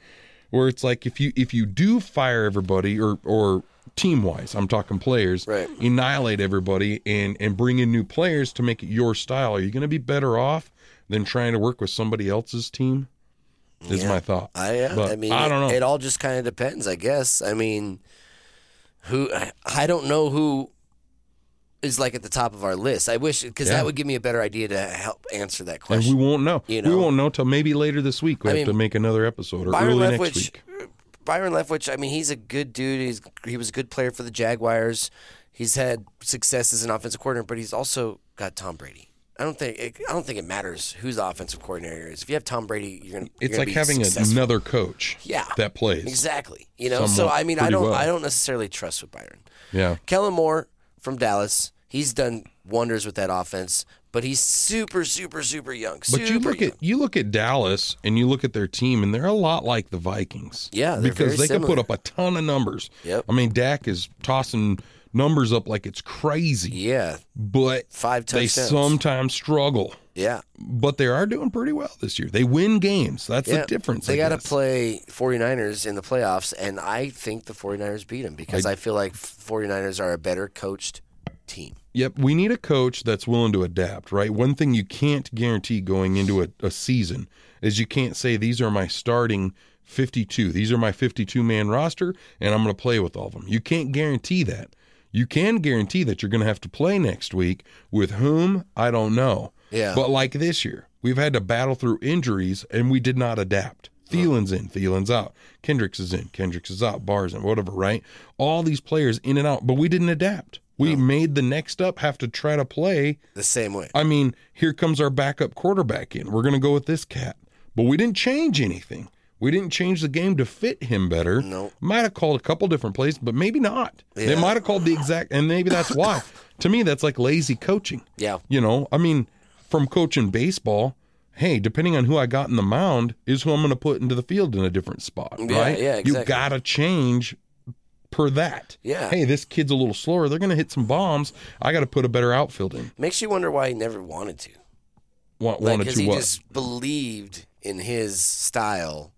where it's like if you if you do fire everybody or or team wise, I'm talking players,
Right.
annihilate everybody and and bring in new players to make it your style. Are you going to be better off than trying to work with somebody else's team? Is my thought.
I, yeah,
But
I mean,
I don't know.
It, it all just kind of depends, I guess. I mean, who I, I don't know who is like at the top of our list. I wish because
Yeah.
that would give me a better idea to help answer that
And
question.
we won't know.
You
We
know.
won't know till maybe later this week.
I
We have
mean,
to make another episode or
Byron
early next
Leftwich.
week.
Byron Leftwich. I mean, he's a good dude. He's he was a good player for the Jaguars. He's had success as an offensive coordinator, but he's also got Tom Brady. I don't think it, I don't think it matters who's the offensive coordinator is. If you have Tom Brady, you're gonna. you're
It's
gonna
like
be
having
successful.
another coach.
Yeah.
That plays.
Exactly. You know. so
Somewhat
I mean, I
pretty
don't
well.
I don't necessarily trust with Byron.
Yeah.
Kellen Moore from Dallas. He's done wonders with that offense, but he's super, super, super young.
But you
Super
look
young.
at you look at Dallas and you look at their team and they're a lot like the Vikings.
Yeah, they're
because
very
they can put
similar.
up a ton of numbers.
Yep.
I mean, Dak is tossing numbers up like it's crazy,
yeah,
but
five
they
touchdowns.
sometimes struggle.
yeah,
But they are doing pretty well this year. They win games. That's
yeah.
the difference.
They got
I
to
guess.
play 49ers in the playoffs, and I think the 49ers beat them because I, feel like 49ers are a better coached team.
Yep, we need a coach that's willing to adapt, right? One thing you can't guarantee going into a, a season is you can't say, these are my starting 52. These are my 52 man roster, and I'm going to play with all of them. You can't guarantee that. You can guarantee that you're going to have to play next week with whom? I don't know.
Yeah.
But like this year, we've had to battle through injuries and we did not adapt. Thielen's in, Thielen's out. Kendricks is in, Kendricks is out. Bars in, whatever, right? All these players in and out, but we didn't adapt. We made the next up have to try to play.
The same way.
I mean, here comes our backup quarterback in. We're going to go with this cat. But we didn't change anything. We didn't change the game to fit him better.
Nope.
Might have called a couple different plays, but maybe not. They
Yeah.
might have called the exact, and maybe that's
*laughs*
why. to me, that's like lazy coaching.
Yeah.
You know, I mean, from coaching baseball, hey, depending on who I got in the mound is who I'm going to put into the field in a different spot,
Yeah,
right?
yeah,
You
exactly.
got to change per that.
Yeah.
Hey, this kid's a little slower. They're going to hit some bombs. I got to put a better outfield in.
Makes you wonder why he never wanted to.
Want,
Like,
wanted
'cause
to
he
what?
just believed in his style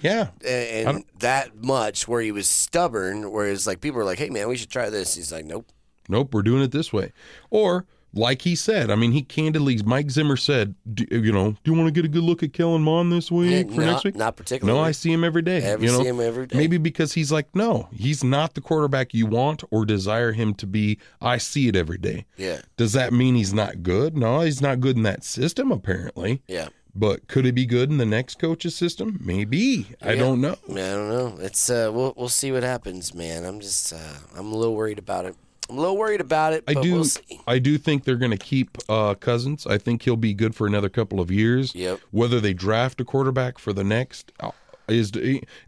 yeah.
and, and that much where he was stubborn, whereas like people were like, "Hey man, we should try this." He's like, "Nope."
Nope, we're doing it this way. Or like he said, I mean, he candidly, Mike Zimmer said, do, you know, do you want to get a good look at Kellen Mond this
Eh,
week for
not,
next week?
not particularly.
No, I see him every day.
Every-
you know,
see him every day.
Maybe because he's like, no, he's not the quarterback you want or desire him to be. I see it every day.
Yeah,
Does that mean he's not good? No, he's not good in that system apparently.
yeah.
But could he be good in the next coach's system? Maybe. I
Yeah.
don't know.
I don't know. It's uh, we'll we'll see what happens, man. I'm just uh, I'm a little worried about it. I'm a little worried about it.
I
but
do.
We'll see.
I do think they're going to keep uh, Cousins. I think he'll be good for another couple of years.
Yep.
Whether they draft a quarterback for the next uh, is,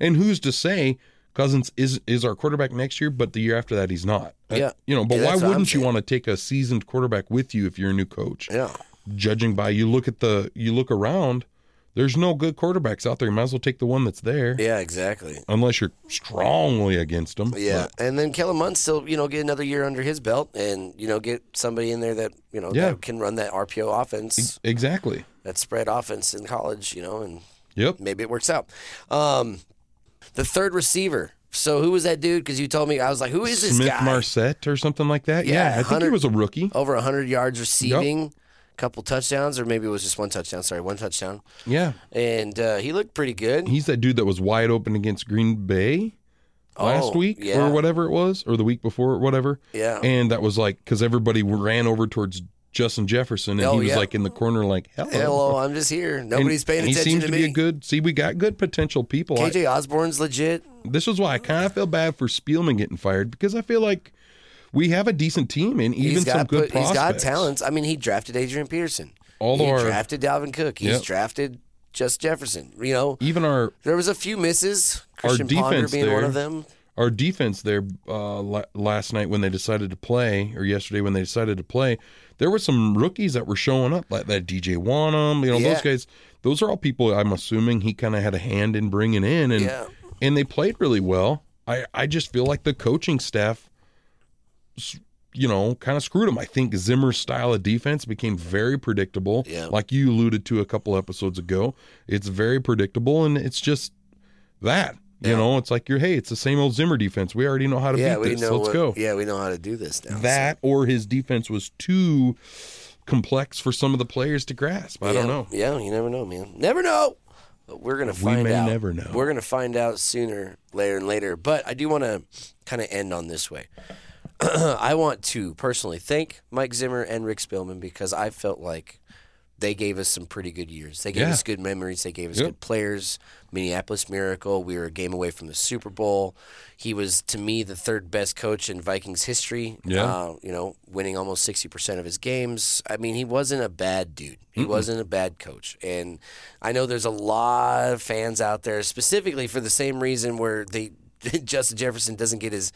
and who's to say Cousins is is our quarterback next year, but the year after that he's not. Uh,
Yeah.
you know. But
Yeah,
why
that's what I'm
wouldn't you
saying.
want to take a seasoned quarterback with you if you're a new coach?
Yeah,
Judging by you look at the you look around, there's no good quarterbacks out there. You might as well take the one that's there,
yeah, exactly.
unless you're strongly against them.
Yeah, and then Kellen Mund still, you know, get another year under his belt, and you know, get somebody in there that you know
Yeah.
that can run that RPO offense,
But- exactly.
that spread offense in college, you know, and
Yep.
maybe it works out. Um, the third receiver. So who was that dude? Because you told me I was like, who is this
Smith
guy?
Marset or something like that.
Yeah, Oh.
Yeah, I think he
100
was a rookie.
Over hundred yards receiving, couple touchdowns, or maybe it was just one touchdown. Sorry, one touchdown,
Yeah,
and uh, he looked pretty good.
he's that dude that was wide open against Green Bay last
Oh,
week
yeah.
or whatever it was, or the week before, or whatever.
Yeah.
and that was like because everybody ran over towards Justin Jefferson, and
Oh,
he was
yeah.
like in the corner, like hello.
Hello, I'm just here.
And
Nobody's paying
he
attention
seems
to,
to
me.
be a good. See, we got good potential people. I-
KJ Osborne's legit.
this is why I kind of feel bad for Spielman getting fired because I feel like we have a decent team and even
he's got
some good
put- he's got
prospects.
talents. I mean, he drafted Adrian Peterson.
All
he
of our-
drafted Dalvin Cook. He's
Yep.
drafted Just Jefferson. You know,
Even our
there was a few misses.
Our
Christian Ponder
defense
being one
there-
of them.
our defense there uh, la- last night when they decided to play, or yesterday when they decided to play, there were some rookies that were showing up, like that DJ Wanham. You know, those
Yeah.
guys. Those are all people I'm assuming he kind of had a hand in bringing in, and
Yeah.
and they played really well. I I just feel like the coaching staff, s- you know, kind of screwed them. I think Zimmer's style of defense became very predictable.
Yeah.
like you alluded to a couple episodes ago, it's very predictable, and it's just that. You
Yeah.
know, it's like you're hey, it's the same old Zimmer defense. We already know how to
Yeah,
beat
we
this.
know.
Let's
what-
go.
Yeah, we know how to do this now.
That or his defense was too complex for some of the players to grasp. I
So,
don't
yeah.
know.
Yeah, you never know, man. Never know. But we're gonna find
may
out.
never know.
We're gonna find out sooner, later, and later. But I do want to kind of end on this way. *clears throat* I want to personally thank Mike Zimmer and Rick Spielman because I felt like they gave us some pretty good years. They gave
Yeah.
us good memories. They gave us
Yep.
good players. Minneapolis Miracle. We were a game away from the Super Bowl. He was to me the third best coach in Vikings history.
Yeah.
Uh, you know, winning almost sixty percent of his games. I mean, he wasn't a bad dude. He wasn't a bad coach. And I know there's a lot of fans out there, specifically for the same reason where they *laughs* Justin Jefferson doesn't get his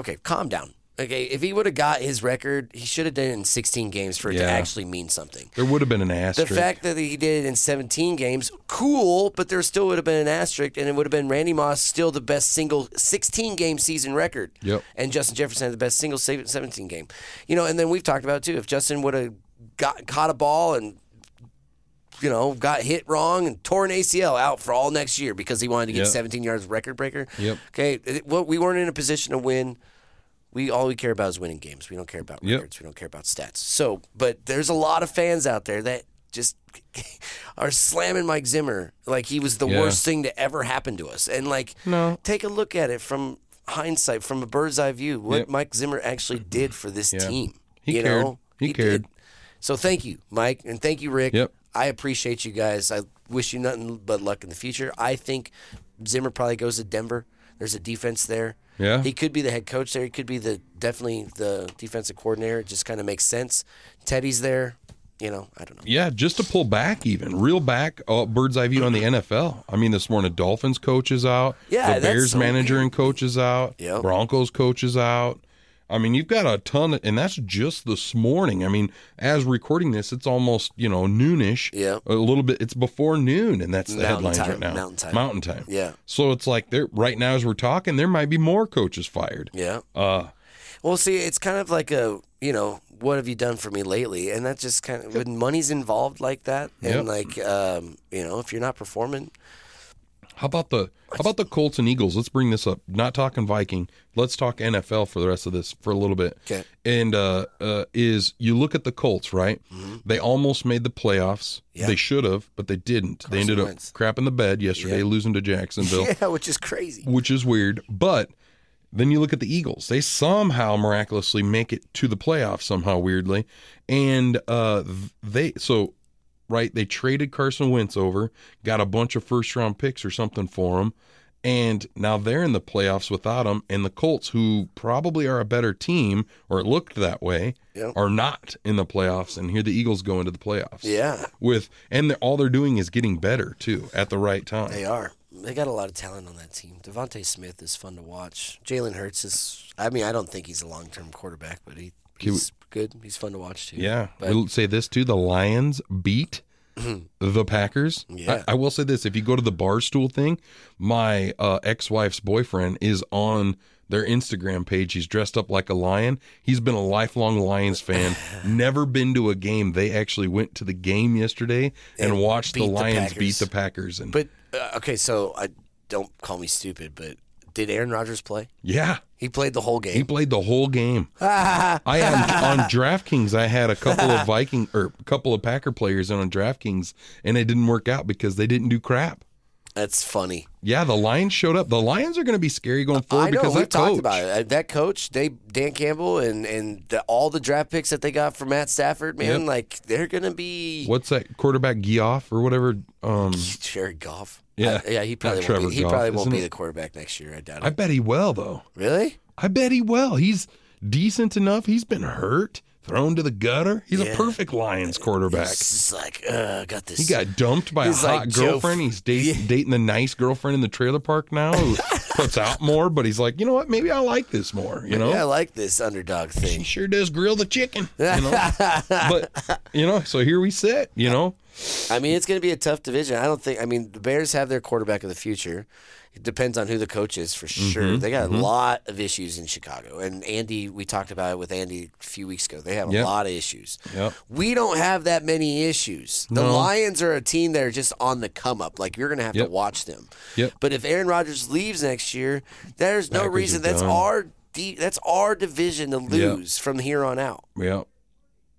okay, calm down. Okay, if he would have got his record, he should have done it in 16 games for it
Yeah.
to actually mean something.
There would have been an
The
asterisk.
fact that he did it in 17 games, cool, but there still would have been an asterisk, and it would have been Randy Moss still the best single 16 game season record.
Yep.
And Justin Jefferson had the best single se- 17 game. You know, and then we've talked about it too. If Justin would have got caught a ball and you know, got hit wrong and tore an ACL out for all next year because he wanted to get
Yep.
17 yards record breaker.
Yep.
Okay. it- Well, we weren't in a position to win we all we care about is winning games. We don't care about
Yep.
records. We don't care about stats. So, but there's a lot of fans out there that just *laughs* are slamming Mike Zimmer like he was the
Yeah.
worst thing to ever happen to us. And like,
No.
take a look at it from hindsight, from a bird's eye view, what
Yep.
Mike Zimmer actually did for this
Yeah.
team.
He
you
cared.
know,
He cared.
So thank you, Mike, and thank you, Rick.
Yep.
I appreciate you guys. I wish you nothing but luck in the future. I think Zimmer probably goes to Denver. There's a defense there.
Yeah.
He could be the head coach there. He could be the definitely the defensive coordinator. It just kind of makes sense. Teddy's there. You know, I don't know.
Yeah, just to pull back, even real back, uh, bird's eye view on the NFL. I mean, this morning, Dolphins coach is out.
Yeah,
the
that's
Bears
so
manager and coach is out.
Yep.
Broncos coach is out. I mean, you've got a ton, of, and that's just this morning. I mean, as recording this, it's almost you know noonish.
Yeah.
a little bit. It's before noon, and that's the
Mountain
headlines
time,
right now.
mountain time.
Mountain time.
Yeah.
So it's like there right now as we're talking, there might be more coaches fired.
Yeah.
Uh,
Well, see, it's kind of like a you know, what have you done for me lately? And that just kind of when money's involved like that, and
Yep.
like um, you know, if you're not performing,
How about the how about the Colts and Eagles? Let's bring this up. Not talking Viking. Let's talk NFL for the rest of this for a little bit.
Okay.
And uh, uh, is you look at the Colts, right? They almost made the playoffs.
Mm-hmm. Yeah.
They should have, but they didn't. they ended
Wentz.
up crapping the bed yesterday, losing to Jacksonville,
*laughs* yeah, which is crazy.
which is weird. But then you look at the Eagles. They somehow miraculously make it to the playoffs somehow weirdly, and uh, th- they so right? They traded Carson Wentz over, got a bunch of first round picks or something for him, and now they're in the playoffs without him. And the Colts, who probably are a better team, or it looked that way,
Yep.
are not in the playoffs. And here the Eagles go into the playoffs.
Yeah,
With and they're, all they're doing is getting better too at the right time.
they are. They got a lot of talent on that team. Devontae Smith is fun to watch. Jalen Hurts is. I mean, I don't think he's a long term quarterback, but he,
Can we-
he's good. He's fun to watch too.
Yeah.
But-
we'll say this too. The Lions
*clears throat*
beat the Packers.
Yeah.
I, I will say this. If you go to the barstool thing, my uh, ex wife's boyfriend is on their Instagram page. He's dressed up like a lion. He's been a lifelong
*laughs*
Lions fan, never been to a game. They actually went to the game yesterday and,
And
watched the
beat the
Lions beat
Packers.
the Packers. And
But uh, okay, so I don't call me stupid, but did Aaron Rodgers play?
yeah,
He played the whole
he
game.
played the
*laughs*
whole game. I had on DraftKings. I had a couple of Viking or a couple of Packer players in on DraftKings, and it didn't work out because they didn't do crap.
That's funny.
Yeah, the Lions showed up. The Lions are going to be scary going forward
I know
because
we
that
talked
coach.
about it. Uh, That coach, they Dan Campbell, and and the, all the draft picks that they got from Matt Stafford, man,
Yep.
like they're gonna be
What's that quarterback Geoff or whatever? Um,
Jared Goff.
Yeah.
I- yeah, he probably
Not
won't
Trevor
be, he
Goff,
probably won't
isn't
be
it?
the quarterback next year. I doubt it.
I bet he will though.
really?
I bet he will. He's decent enough. He's been hurt, thrown to the gutter. He's a
Yeah.
perfect Lions quarterback.
It's just like, uh, I got this.
He got dumped by a
He's
hot
like Joe-
girlfriend. He's date, dating the nice girlfriend in the trailer park
*laughs*
now who puts out more, but he's like, you know what? Maybe I like this more, you know?
Yeah, I like this underdog
he
thing.
sure does grill the chicken,
*laughs*
you know? but, you know, so here we sit, you know?
I mean, it's going to be a tough division. I don't think. I mean, the Bears have their quarterback of the future. It depends on who the coach is for
Mm-hmm,
sure. They got a lot of issues in Chicago, and Andy. We talked about it with Andy a few weeks ago. They have a
Yep.
lot of issues.
Yep.
We don't have that many issues. The
No.
Lions are a team that are just on the come up. Like you're going to have
Yep.
to watch them.
Yep.
But if Aaron Rodgers leaves next year, there's no
Packers are
reason. That's
done.
our de- that's our division to lose from here on out.
Yeah.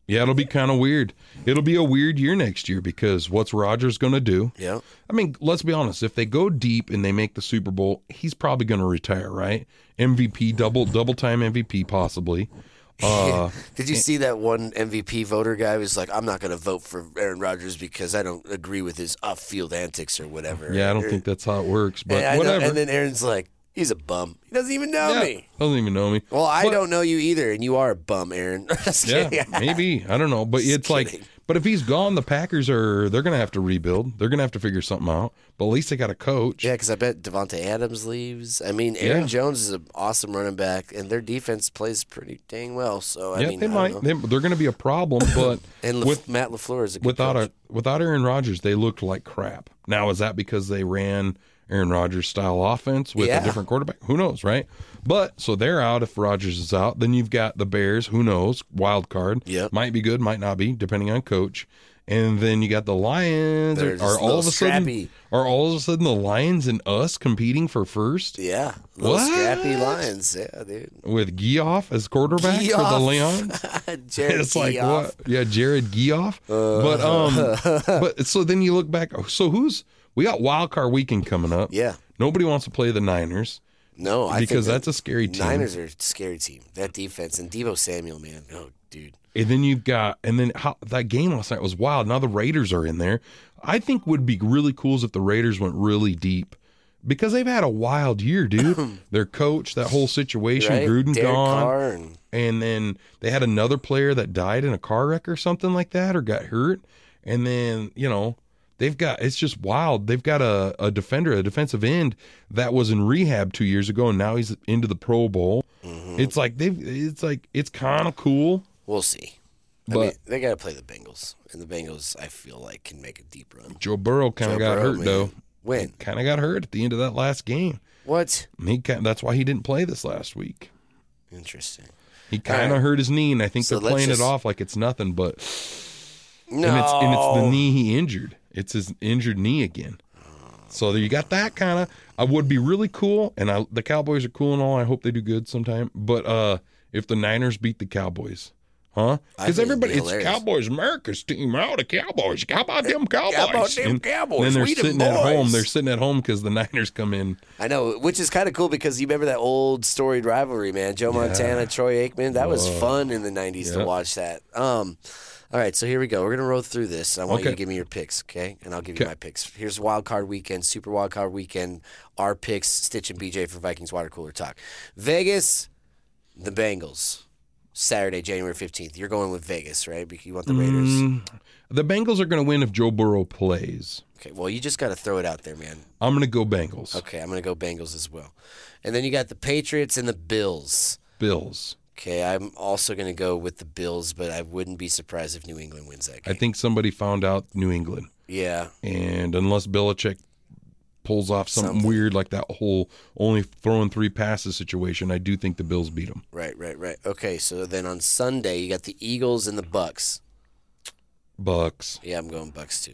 Yeah, it'll be kind of weird. It'll be a weird year next year because what's Rogers going to do?
Yeah.
I mean, let's be honest. If they go deep and they make the Super Bowl, he's probably going to retire, right? MVP, double double time MVP, possibly. Uh,
Did you see that one MVP voter guy was like, "I'm not going to vote for Aaron Rodgers because I don't agree with his off-field antics or whatever."
yeah, I don't think that's how it works, but
And, I know-
whatever.
and then Aaron's like, "He's a bum. He doesn't even know
yeah,
me." Oh,
doesn't even know me.
Well, I
But-
don't know you either, and you are a bum, Aaron. *laughs* Just
Yeah,
kidding.
maybe I don't know, but it's like,
kidding.
but if he's gone, the Packers are they're going to have to rebuild. They're going to have to figure something out. But at least they got a coach.
Yeah, because I bet Devonte Adams leaves. I mean, Aaron
Yeah.
Jones is an awesome running back, and their defense plays pretty dang well. So I
Yeah,
mean,
they
I don't
might.
know.
They, they're going to be
*coughs*
a problem, but
and Lef-
with
Matt Lafleur is a good
without
coach.
a without Aaron Rodgers, they looked like crap. Now is that because they ran Aaron Rodgers style offense with
Yeah.
a different quarterback? Who knows, right? But so they're out if Rodgers is out. Then you've got the Bears. Who knows? Wild card.
Yep.
might be good, might not be, depending on coach. And then you got the Lions.
They're
Are-
just
Are
a
all of
little
a sudden
scrappy.
are all of a sudden the Lions and us competing for first
yeah, little
What?
scrappy Lions. Yeah, dude. *laughs*
with Geoff as quarterback for the
Geoff.
Lions?
Jared Uh.
it's like
Goff.
what? Yeah, Jared Geoff.
*laughs*
but um, but so then you look back. oh, So who's we got wild card weekend coming up?
Yeah.
nobody wants to play the Niners
No, I
because
think
that's a scary
the
team.
Niners are a scary team. That defense and Debo Samuel, man. Oh, dude.
And then you've got and then how, that game last night was wild. Now the Raiders are in there. I think would be really cool is if the Raiders went really deep. Because they've had a wild year,
*clears throat*
dude. Their coach, that whole situation,
Right?
Gruden
Derek
gone.
Carr and
and then they had another player that died in a car wreck or something like that or got hurt and then you know they've got it's just wild they've got a, a defender a defensive end that was in rehab two years ago and now he's into the pro bowl
Mm-hmm.
it's like they've it's like it's kind of cool
we'll see. I
But-
mean, they got to play the Bengals, and the Bengals, I feel like, can make a deep run.
joe burrow kind
Joe
of got
Burrow,
hurt
man.
though
When?
kind of got hurt at the end of that last game
What?
and he kind that's why he didn't play this last week
Interesting.
he kind of
right.
hurt his knee and i think
So
they're
let's
playing
just-
it off like it's nothing but
No.
and it's and it's the knee he injured. It's his injured knee again. So you got that kind of. I would be really cool, and I the Cowboys are cool and all. I hope they do good sometime. But uh if the Niners beat the Cowboys, huh?
I
Because
think it'd
everybody,
be
it's
hilarious.
Cowboys America's team. All the Cowboys. How about them Cowboys?
them Cowboys?
And then they're
We them
sitting at home.
boys.
They're sitting at home because the *laughs* Niners come in.
I know, which is kind of cool because you remember that old storied rivalry, man. Joe Montana, Troy Aikman. That was fun in the '90s
Yeah.
to watch that. Um, all right, so here we go. We're gonna roll through this. I want you
Okay.
to give me your picks, okay? And I'll give you
Okay.
my picks. Here's Wild Card Weekend, Super Wild Card Weekend. Our picks: Stitch and BJ for Vikings Water Cooler Talk. Vegas, the Bengals. Saturday, January fifteenth. You're going with Vegas, right? Because you want the Raiders.
Mm. The Bengals are going to win if Joe Burrow plays.
Okay. Well, you just got to throw it out there, man.
I'm going to go Bengals.
Okay, I'm gonna go Bengals as well. And then you got the Patriots and the Bills.
Bills.
Okay, I'm also going to go with the Bills, but I wouldn't be surprised if New England wins that
I
game.
think somebody found out New England.
yeah,
And unless Belichick pulls off something,
Something.
weird like that whole only throwing three passes situation, I do think the Bills beat them.
right, right, right. Okay, so then on Sunday you got the Eagles and the Bucks.
Bucks,
Yeah, I'm going Bucks too.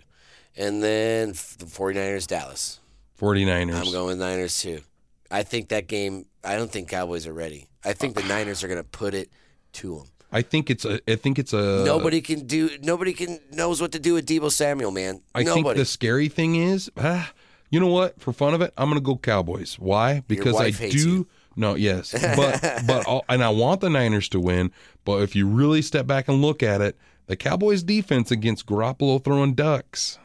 And then f- the 49ers Dallas.
49ers.
I'm going Niners too. I think that game I don't think Cowboys are ready. I think the Niners are going to put it to them.
I think it's a I think it's a
nobody can do nobody can knows what to do with Debo Samuel, man.
I think
nobody.
the scary thing is, ah, you know what? For fun of it, I'm going to go Cowboys. Why? Because I
wife
do
hates you. *laughs*
no, yes, but but I'll, and I want the Niners to win. But if you really step back and look at it, the Cowboys' defense against Garoppolo throwing ducks.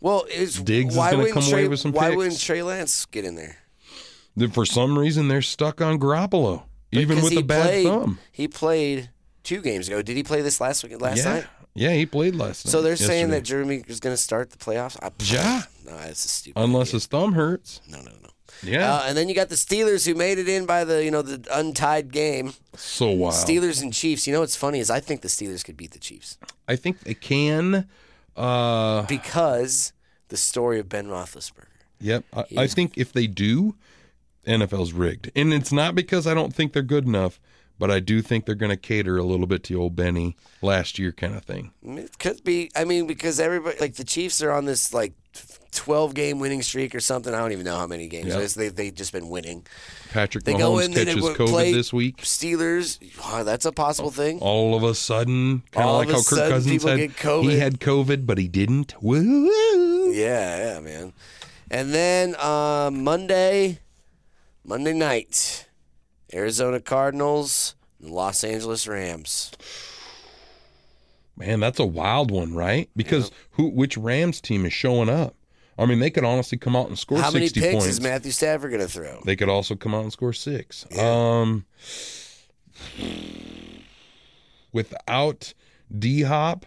well, it's,
Diggs is
why
gonna
wouldn't
come away
Trey,
with some
Why
picks.
wouldn't Trey Lance get in there?
Then for some reason they're stuck on Garoppolo, even
Because
with
he
a bad
played,
thumb.
He played two games ago. Did he play this last week? Last
yeah,
night.
yeah, he played last night.
So they're saying that
yesterday.
Jeremy is going to start the playoffs. I,
Yeah.
*laughs* No, that's a stupid.
unless
idea.
his thumb hurts,
no, no, no.
yeah,
Uh, and then you got the Steelers who made it in by the you know the untied game.
so wild.
Steelers and Chiefs. You know what's funny is I think the Steelers could beat the
*sighs*
Chiefs
I think they can. Uh,
because the story of Ben Roethlisberger.
Yep. I, I think if they do, NFL's rigged. And it's not because I don't think they're good enough, but I do think they're going to cater a little bit to old Benny last year kind of thing.
Mm, It could be. I mean, because everybody, like the Chiefs, are on this like twelve game winning streak or something. I don't even know how many games.
Yeah.
It's- They they just been winning.
Patrick
They
Mahomes
go in, they
catches
would
COVID
play-
this week.
Steelers. oh, that's a possible thing.
All of a sudden, kind of
All
like
of a
how Kirk
sudden,
Cousins
people
had
get COVID.
he had COVID, but he didn't. Woo!
Yeah, yeah, man. And then uh, Monday, Monday night, Arizona Cardinals, and Los Angeles Rams.
Man, that's a wild one, right? Because who, which Rams team is showing up? I mean, they could honestly come out and score
How many
sixty
picks
points.
is Matthew Stafford going to throw?
They could also come out and score six. Um, without D Hop,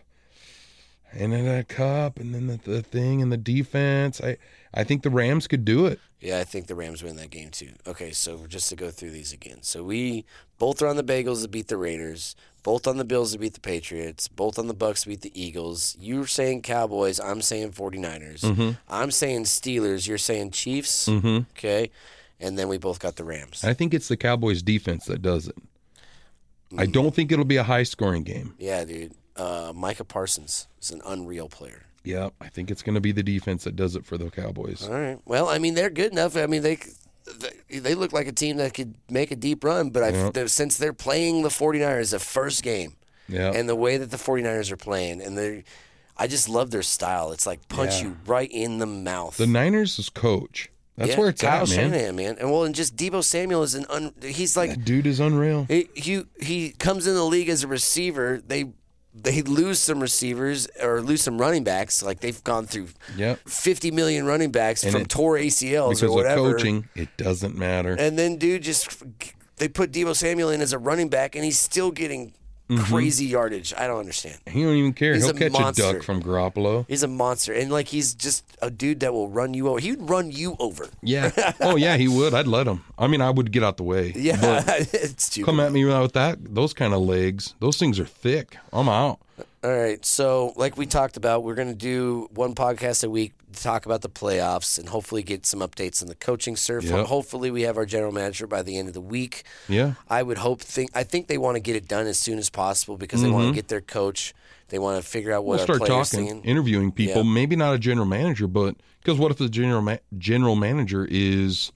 and then that cup, and then the, the thing, and the defense. I I think the Rams could do it.
Yeah, I think the Rams win that game too. Okay, so just to go through these again. So we both are on the Bagels to beat the Raiders, both on the Bills to beat the Patriots, both on the Bucks to beat the Eagles. You're saying Cowboys, I'm saying 49ers. I'm saying Steelers, you're saying Chiefs. Okay. And then we both got the Rams.
I think it's the Cowboys defense that does it.
Mm.
I don't think it'll be a high scoring game.
Yeah, dude. Uh, Micah Parsons is an unreal player.
Yeah, I think it's going to be the defense that does it for the Cowboys.
All right. Well, I mean, they're good enough. I mean, they they, they look like a team that could make a deep run, but I've, they're- since they're playing the 49ers the first game
Yeah,
and the way that the 49ers are playing, and they're. I just love their style. It's like punch you right in the mouth.
the Niners is coach. That's where it's
Kyle
at, man.
Shanahan, man. And well, and just Debo Samuel is an un. He's like
Dude is unreal.
He, he he comes in the league as a receiver. They they lose some receivers or lose some running backs. Like they've gone through
Yep.
fifty million running backs from
it-
tore ACLs
Because
or
of
whatever.
coaching, it doesn't matter.
And then dude just they put Debo Samuel in as a running back, and he's still getting
Mm-hmm.
crazy yardage. I don't understand.
He don't even care.
He's
He'll
a
catch a
monster.
duck from Garoppolo.
He's a monster, and like he's just a dude that will run you over. He would run you over. *laughs*
Yeah. oh yeah, he would. I'd let him. I mean, I would get out the way.
Yeah, *laughs* it's stupid.
Come at me with that. Those kind of legs. Those things are thick. I'm out.
All right. So, like we talked about, we're going to do one podcast a week to talk about the playoffs and hopefully get some updates on the coaching surf.
Yep.
Hopefully, we have our general manager by the end of the week.
Yeah.
I would hope think I think they want to get it done as soon as possible because they want to get their coach. They want to figure out what
Mm-hmm. We'll
our
start
players
talking,
thinking.
interviewing people.
Yeah.
Maybe not a general manager, but because what if the general ma- general manager is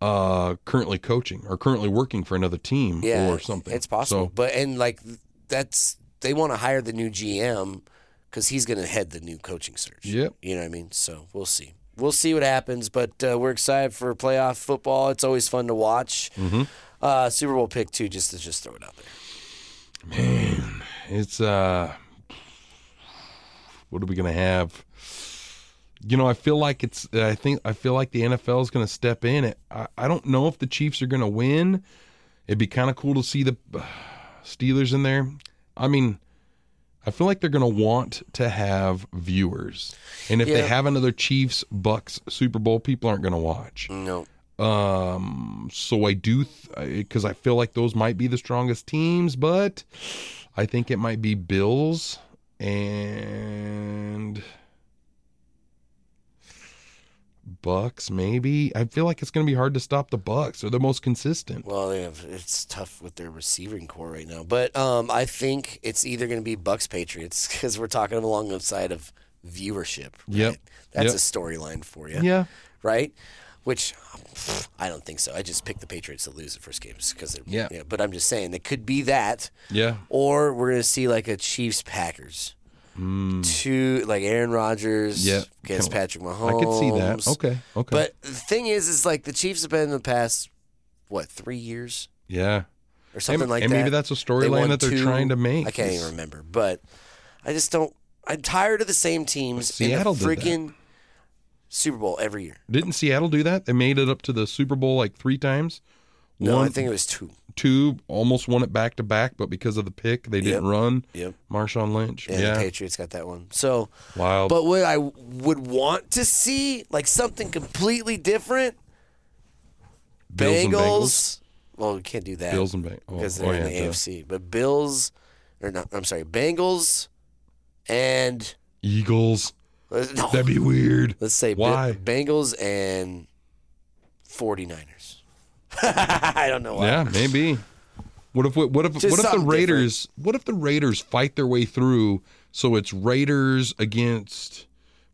uh, currently coaching or currently working for another team
yeah,
or something?
It's possible,
So,
but and like that's they want to hire the new GM because he's going to head the new coaching search.
Yep.
you know what I mean. So we'll see. We'll see what happens, but uh, we're excited for playoff football. It's always fun to watch.
Mm-hmm.
Uh, Super Bowl pick two, just to just throw it out there.
it's uh, what are we gonna have? You know, I feel like it's. I think I feel like the NFL is gonna step in. It. I, I don't know if the Chiefs are gonna win. It'd be kind of cool to see the uh, Steelers in there. I mean, I feel like they're going to want to have viewers, and if they
Yeah.
have another Chiefs Bucks Super Bowl, people aren't going to watch.
No,
Um, so I do because I feel like those might be the strongest teams, but I think it might be Bills and Bucks. Maybe I feel like it's going to be hard to stop the Bucks. They're the most consistent.
well, they have, it's tough with their receiving core right now. But um, I think it's either going to be Bucks Patriots because we're talking along the side of viewership. Right?
Yep.
that's
Yep.
a storyline for you.
Yeah.
right? Which pff, I don't think so. I just picked the Patriots to lose the first game because they're
Yeah.
But I'm just saying it could be that,
Yeah.
or we're gonna see like a Chiefs Packers, two like Aaron Rodgers
Hmm. Yeah.
against
Kinda-
Patrick
I
Mahomes.
could see that. Okay. Okay.
But the thing is, is like the Chiefs have been in the past what three years
yeah.
or something
and,
like
and
that.
maybe that's a
They
storyline
won
that they're
two-
trying to make.
I can't
is-
even remember, but I just don't. I'm tired of the same teams
Seattle
in
did
the
that.
freaking Super Bowl every year.
Didn't Seattle do that? They made it up to the Super Bowl like three times.
No,
One,
I think it was two.
two, almost won it back to back, but because of the pick, they didn't
Yep.
run.
Yep.
Marshawn Lynch.
Yeah,
yeah. Oh.
the Patriots got that one. So,
Wild.
but what I would want to see, like something completely different,
Bills and
Bengals. Well, we can't do that
Bills and Bengals.
because
Oh,
they're
oh,
in
yeah,
the
duh.
AFC. But Bills, or not? I'm sorry, Bengals, and
Eagles.
*laughs* no,
That'd be weird.
let's say Bi-
Why?
Bengals and 49ers. *laughs* I don't know why.
yeah, maybe. What if what if
Just
what if the
something
Raiders what if the Raiders fight their way through so it's Raiders against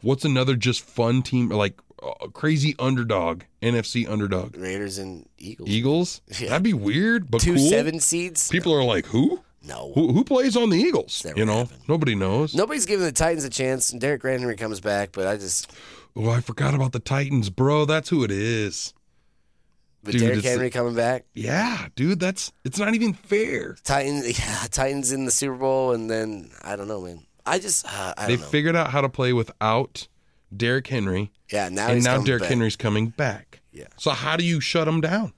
what's another just fun team like uh, crazy underdog NFC underdog
Raiders and Eagles.
Eagles that'd be weird but
Two
cool
seven seeds.
people are like who
No.
who, who plays on the Eagles
never
you know
happened.
nobody knows
Nobody's giving the Titans a chance. And Derek Henry comes back, but I just
oh I forgot about the Titans bro that's who it is
but
Dude,
Derrick
it's the-
Henry coming back.
yeah dude that's it's not even fair
Titans, *laughs* yeah, Titans in the Super Bowl, and then I don't know, man. I just uh, I
they
don't know.
figured out how to play without Derrick Henry
yeah, now
and
he's
now
coming
Derrick
back.
Henry's coming back.
Yeah.
So how do you shut them down?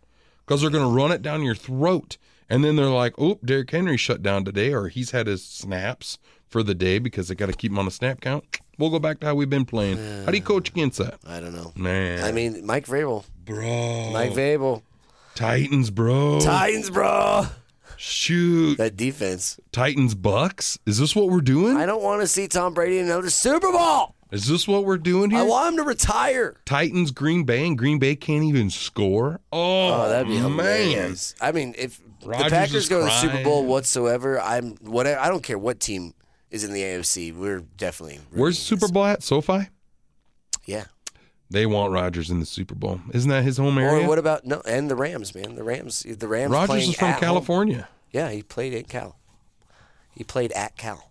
Because they're going to run it down your throat, and then they're like, "Oh, Derrick Henry shut down today, or he's had his snaps for the day because they got to keep him on the snap count." We'll go back to how we've been playing. How do you coach against that,
I don't know.
man?
I mean, Mike Vrabel,
bro,
Mike Vrabel,
Titans, bro,
Titans, bro.
shoot,
That defense.
Titans, Bucks. Is this what we're doing?
I don't want to see Tom Brady in another Super Bowl.
Is this what we're doing here?
I want him to retire.
Titans, Green Bay, and Green Bay can't even score. Oh,
Oh, that'd be
man.
hilarious. I mean, if the
Rodgers
Packers
is
go to the Super
crying.
Bowl whatsoever, I'm what I don't care what team is in the AFC. We're definitely
Where's
rooting
Super Bowl at? SoFi.
against- Yeah.
They want Rodgers in the Super Bowl. Isn't that his home
Or
area?
what about no? And the Rams, man. The Rams. The Rams.
Rodgers
playing
is from
at home.
California.
Yeah, he played at Cal. He played at Cal.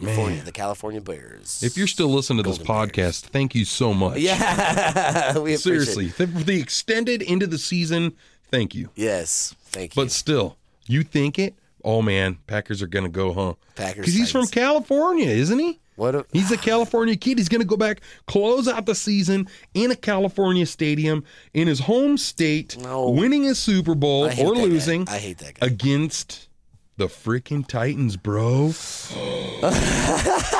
California, the California Bears.
If you're still listening to this podcast, thank you so
*laughs*
much.
yeah, *laughs* we appreciate
seriously, the, the extended into the season, thank you.
Yes, thank you.
But still, you think it? Oh man, Packers are gonna go, huh?
Packers,
because he's from
Titans.
California, isn't he?
what? A,
He's a California kid. He's gonna go back, close out the season in a California stadium in his home state,
No.
winning a Super Bowl
I hate
or
that guy.
losing.
I hate that guy.
against the freaking Titans, bro.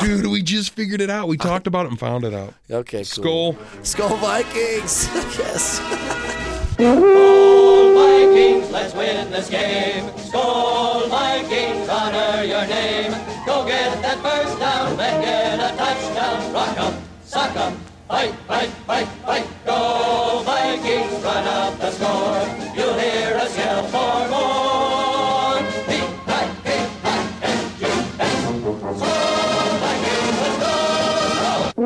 *laughs*
Dude, we just figured it out. We talked about it and found it out.
Okay, cool.
Skull.
Skull Vikings. *laughs* yes.
Skull Vikings, let's win this game. Skull Vikings, honor your name. Go get that first down, then get a touchdown. Rock 'em, sock 'em, fight, fight, fight, fight. Go Vikings, run up the score. You'll hear us yell for more. V-I-K-I-N-G-S. Skull Vikings, let's go!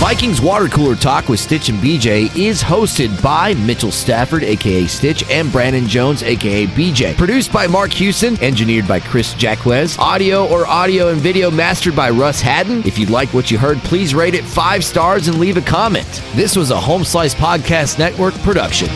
Vikings Water Cooler Talk with Stitch and BJ is hosted by Mitchell Stafford, aka Stitch, and Brandon Jones, aka BJ. Produced by Mark Hewson, engineered by Chris Jacquez. Audio or audio and video mastered by Russ Haddon. If you'd like what you heard, please rate it five stars and leave a comment. This was a Home Slice Podcast Network production.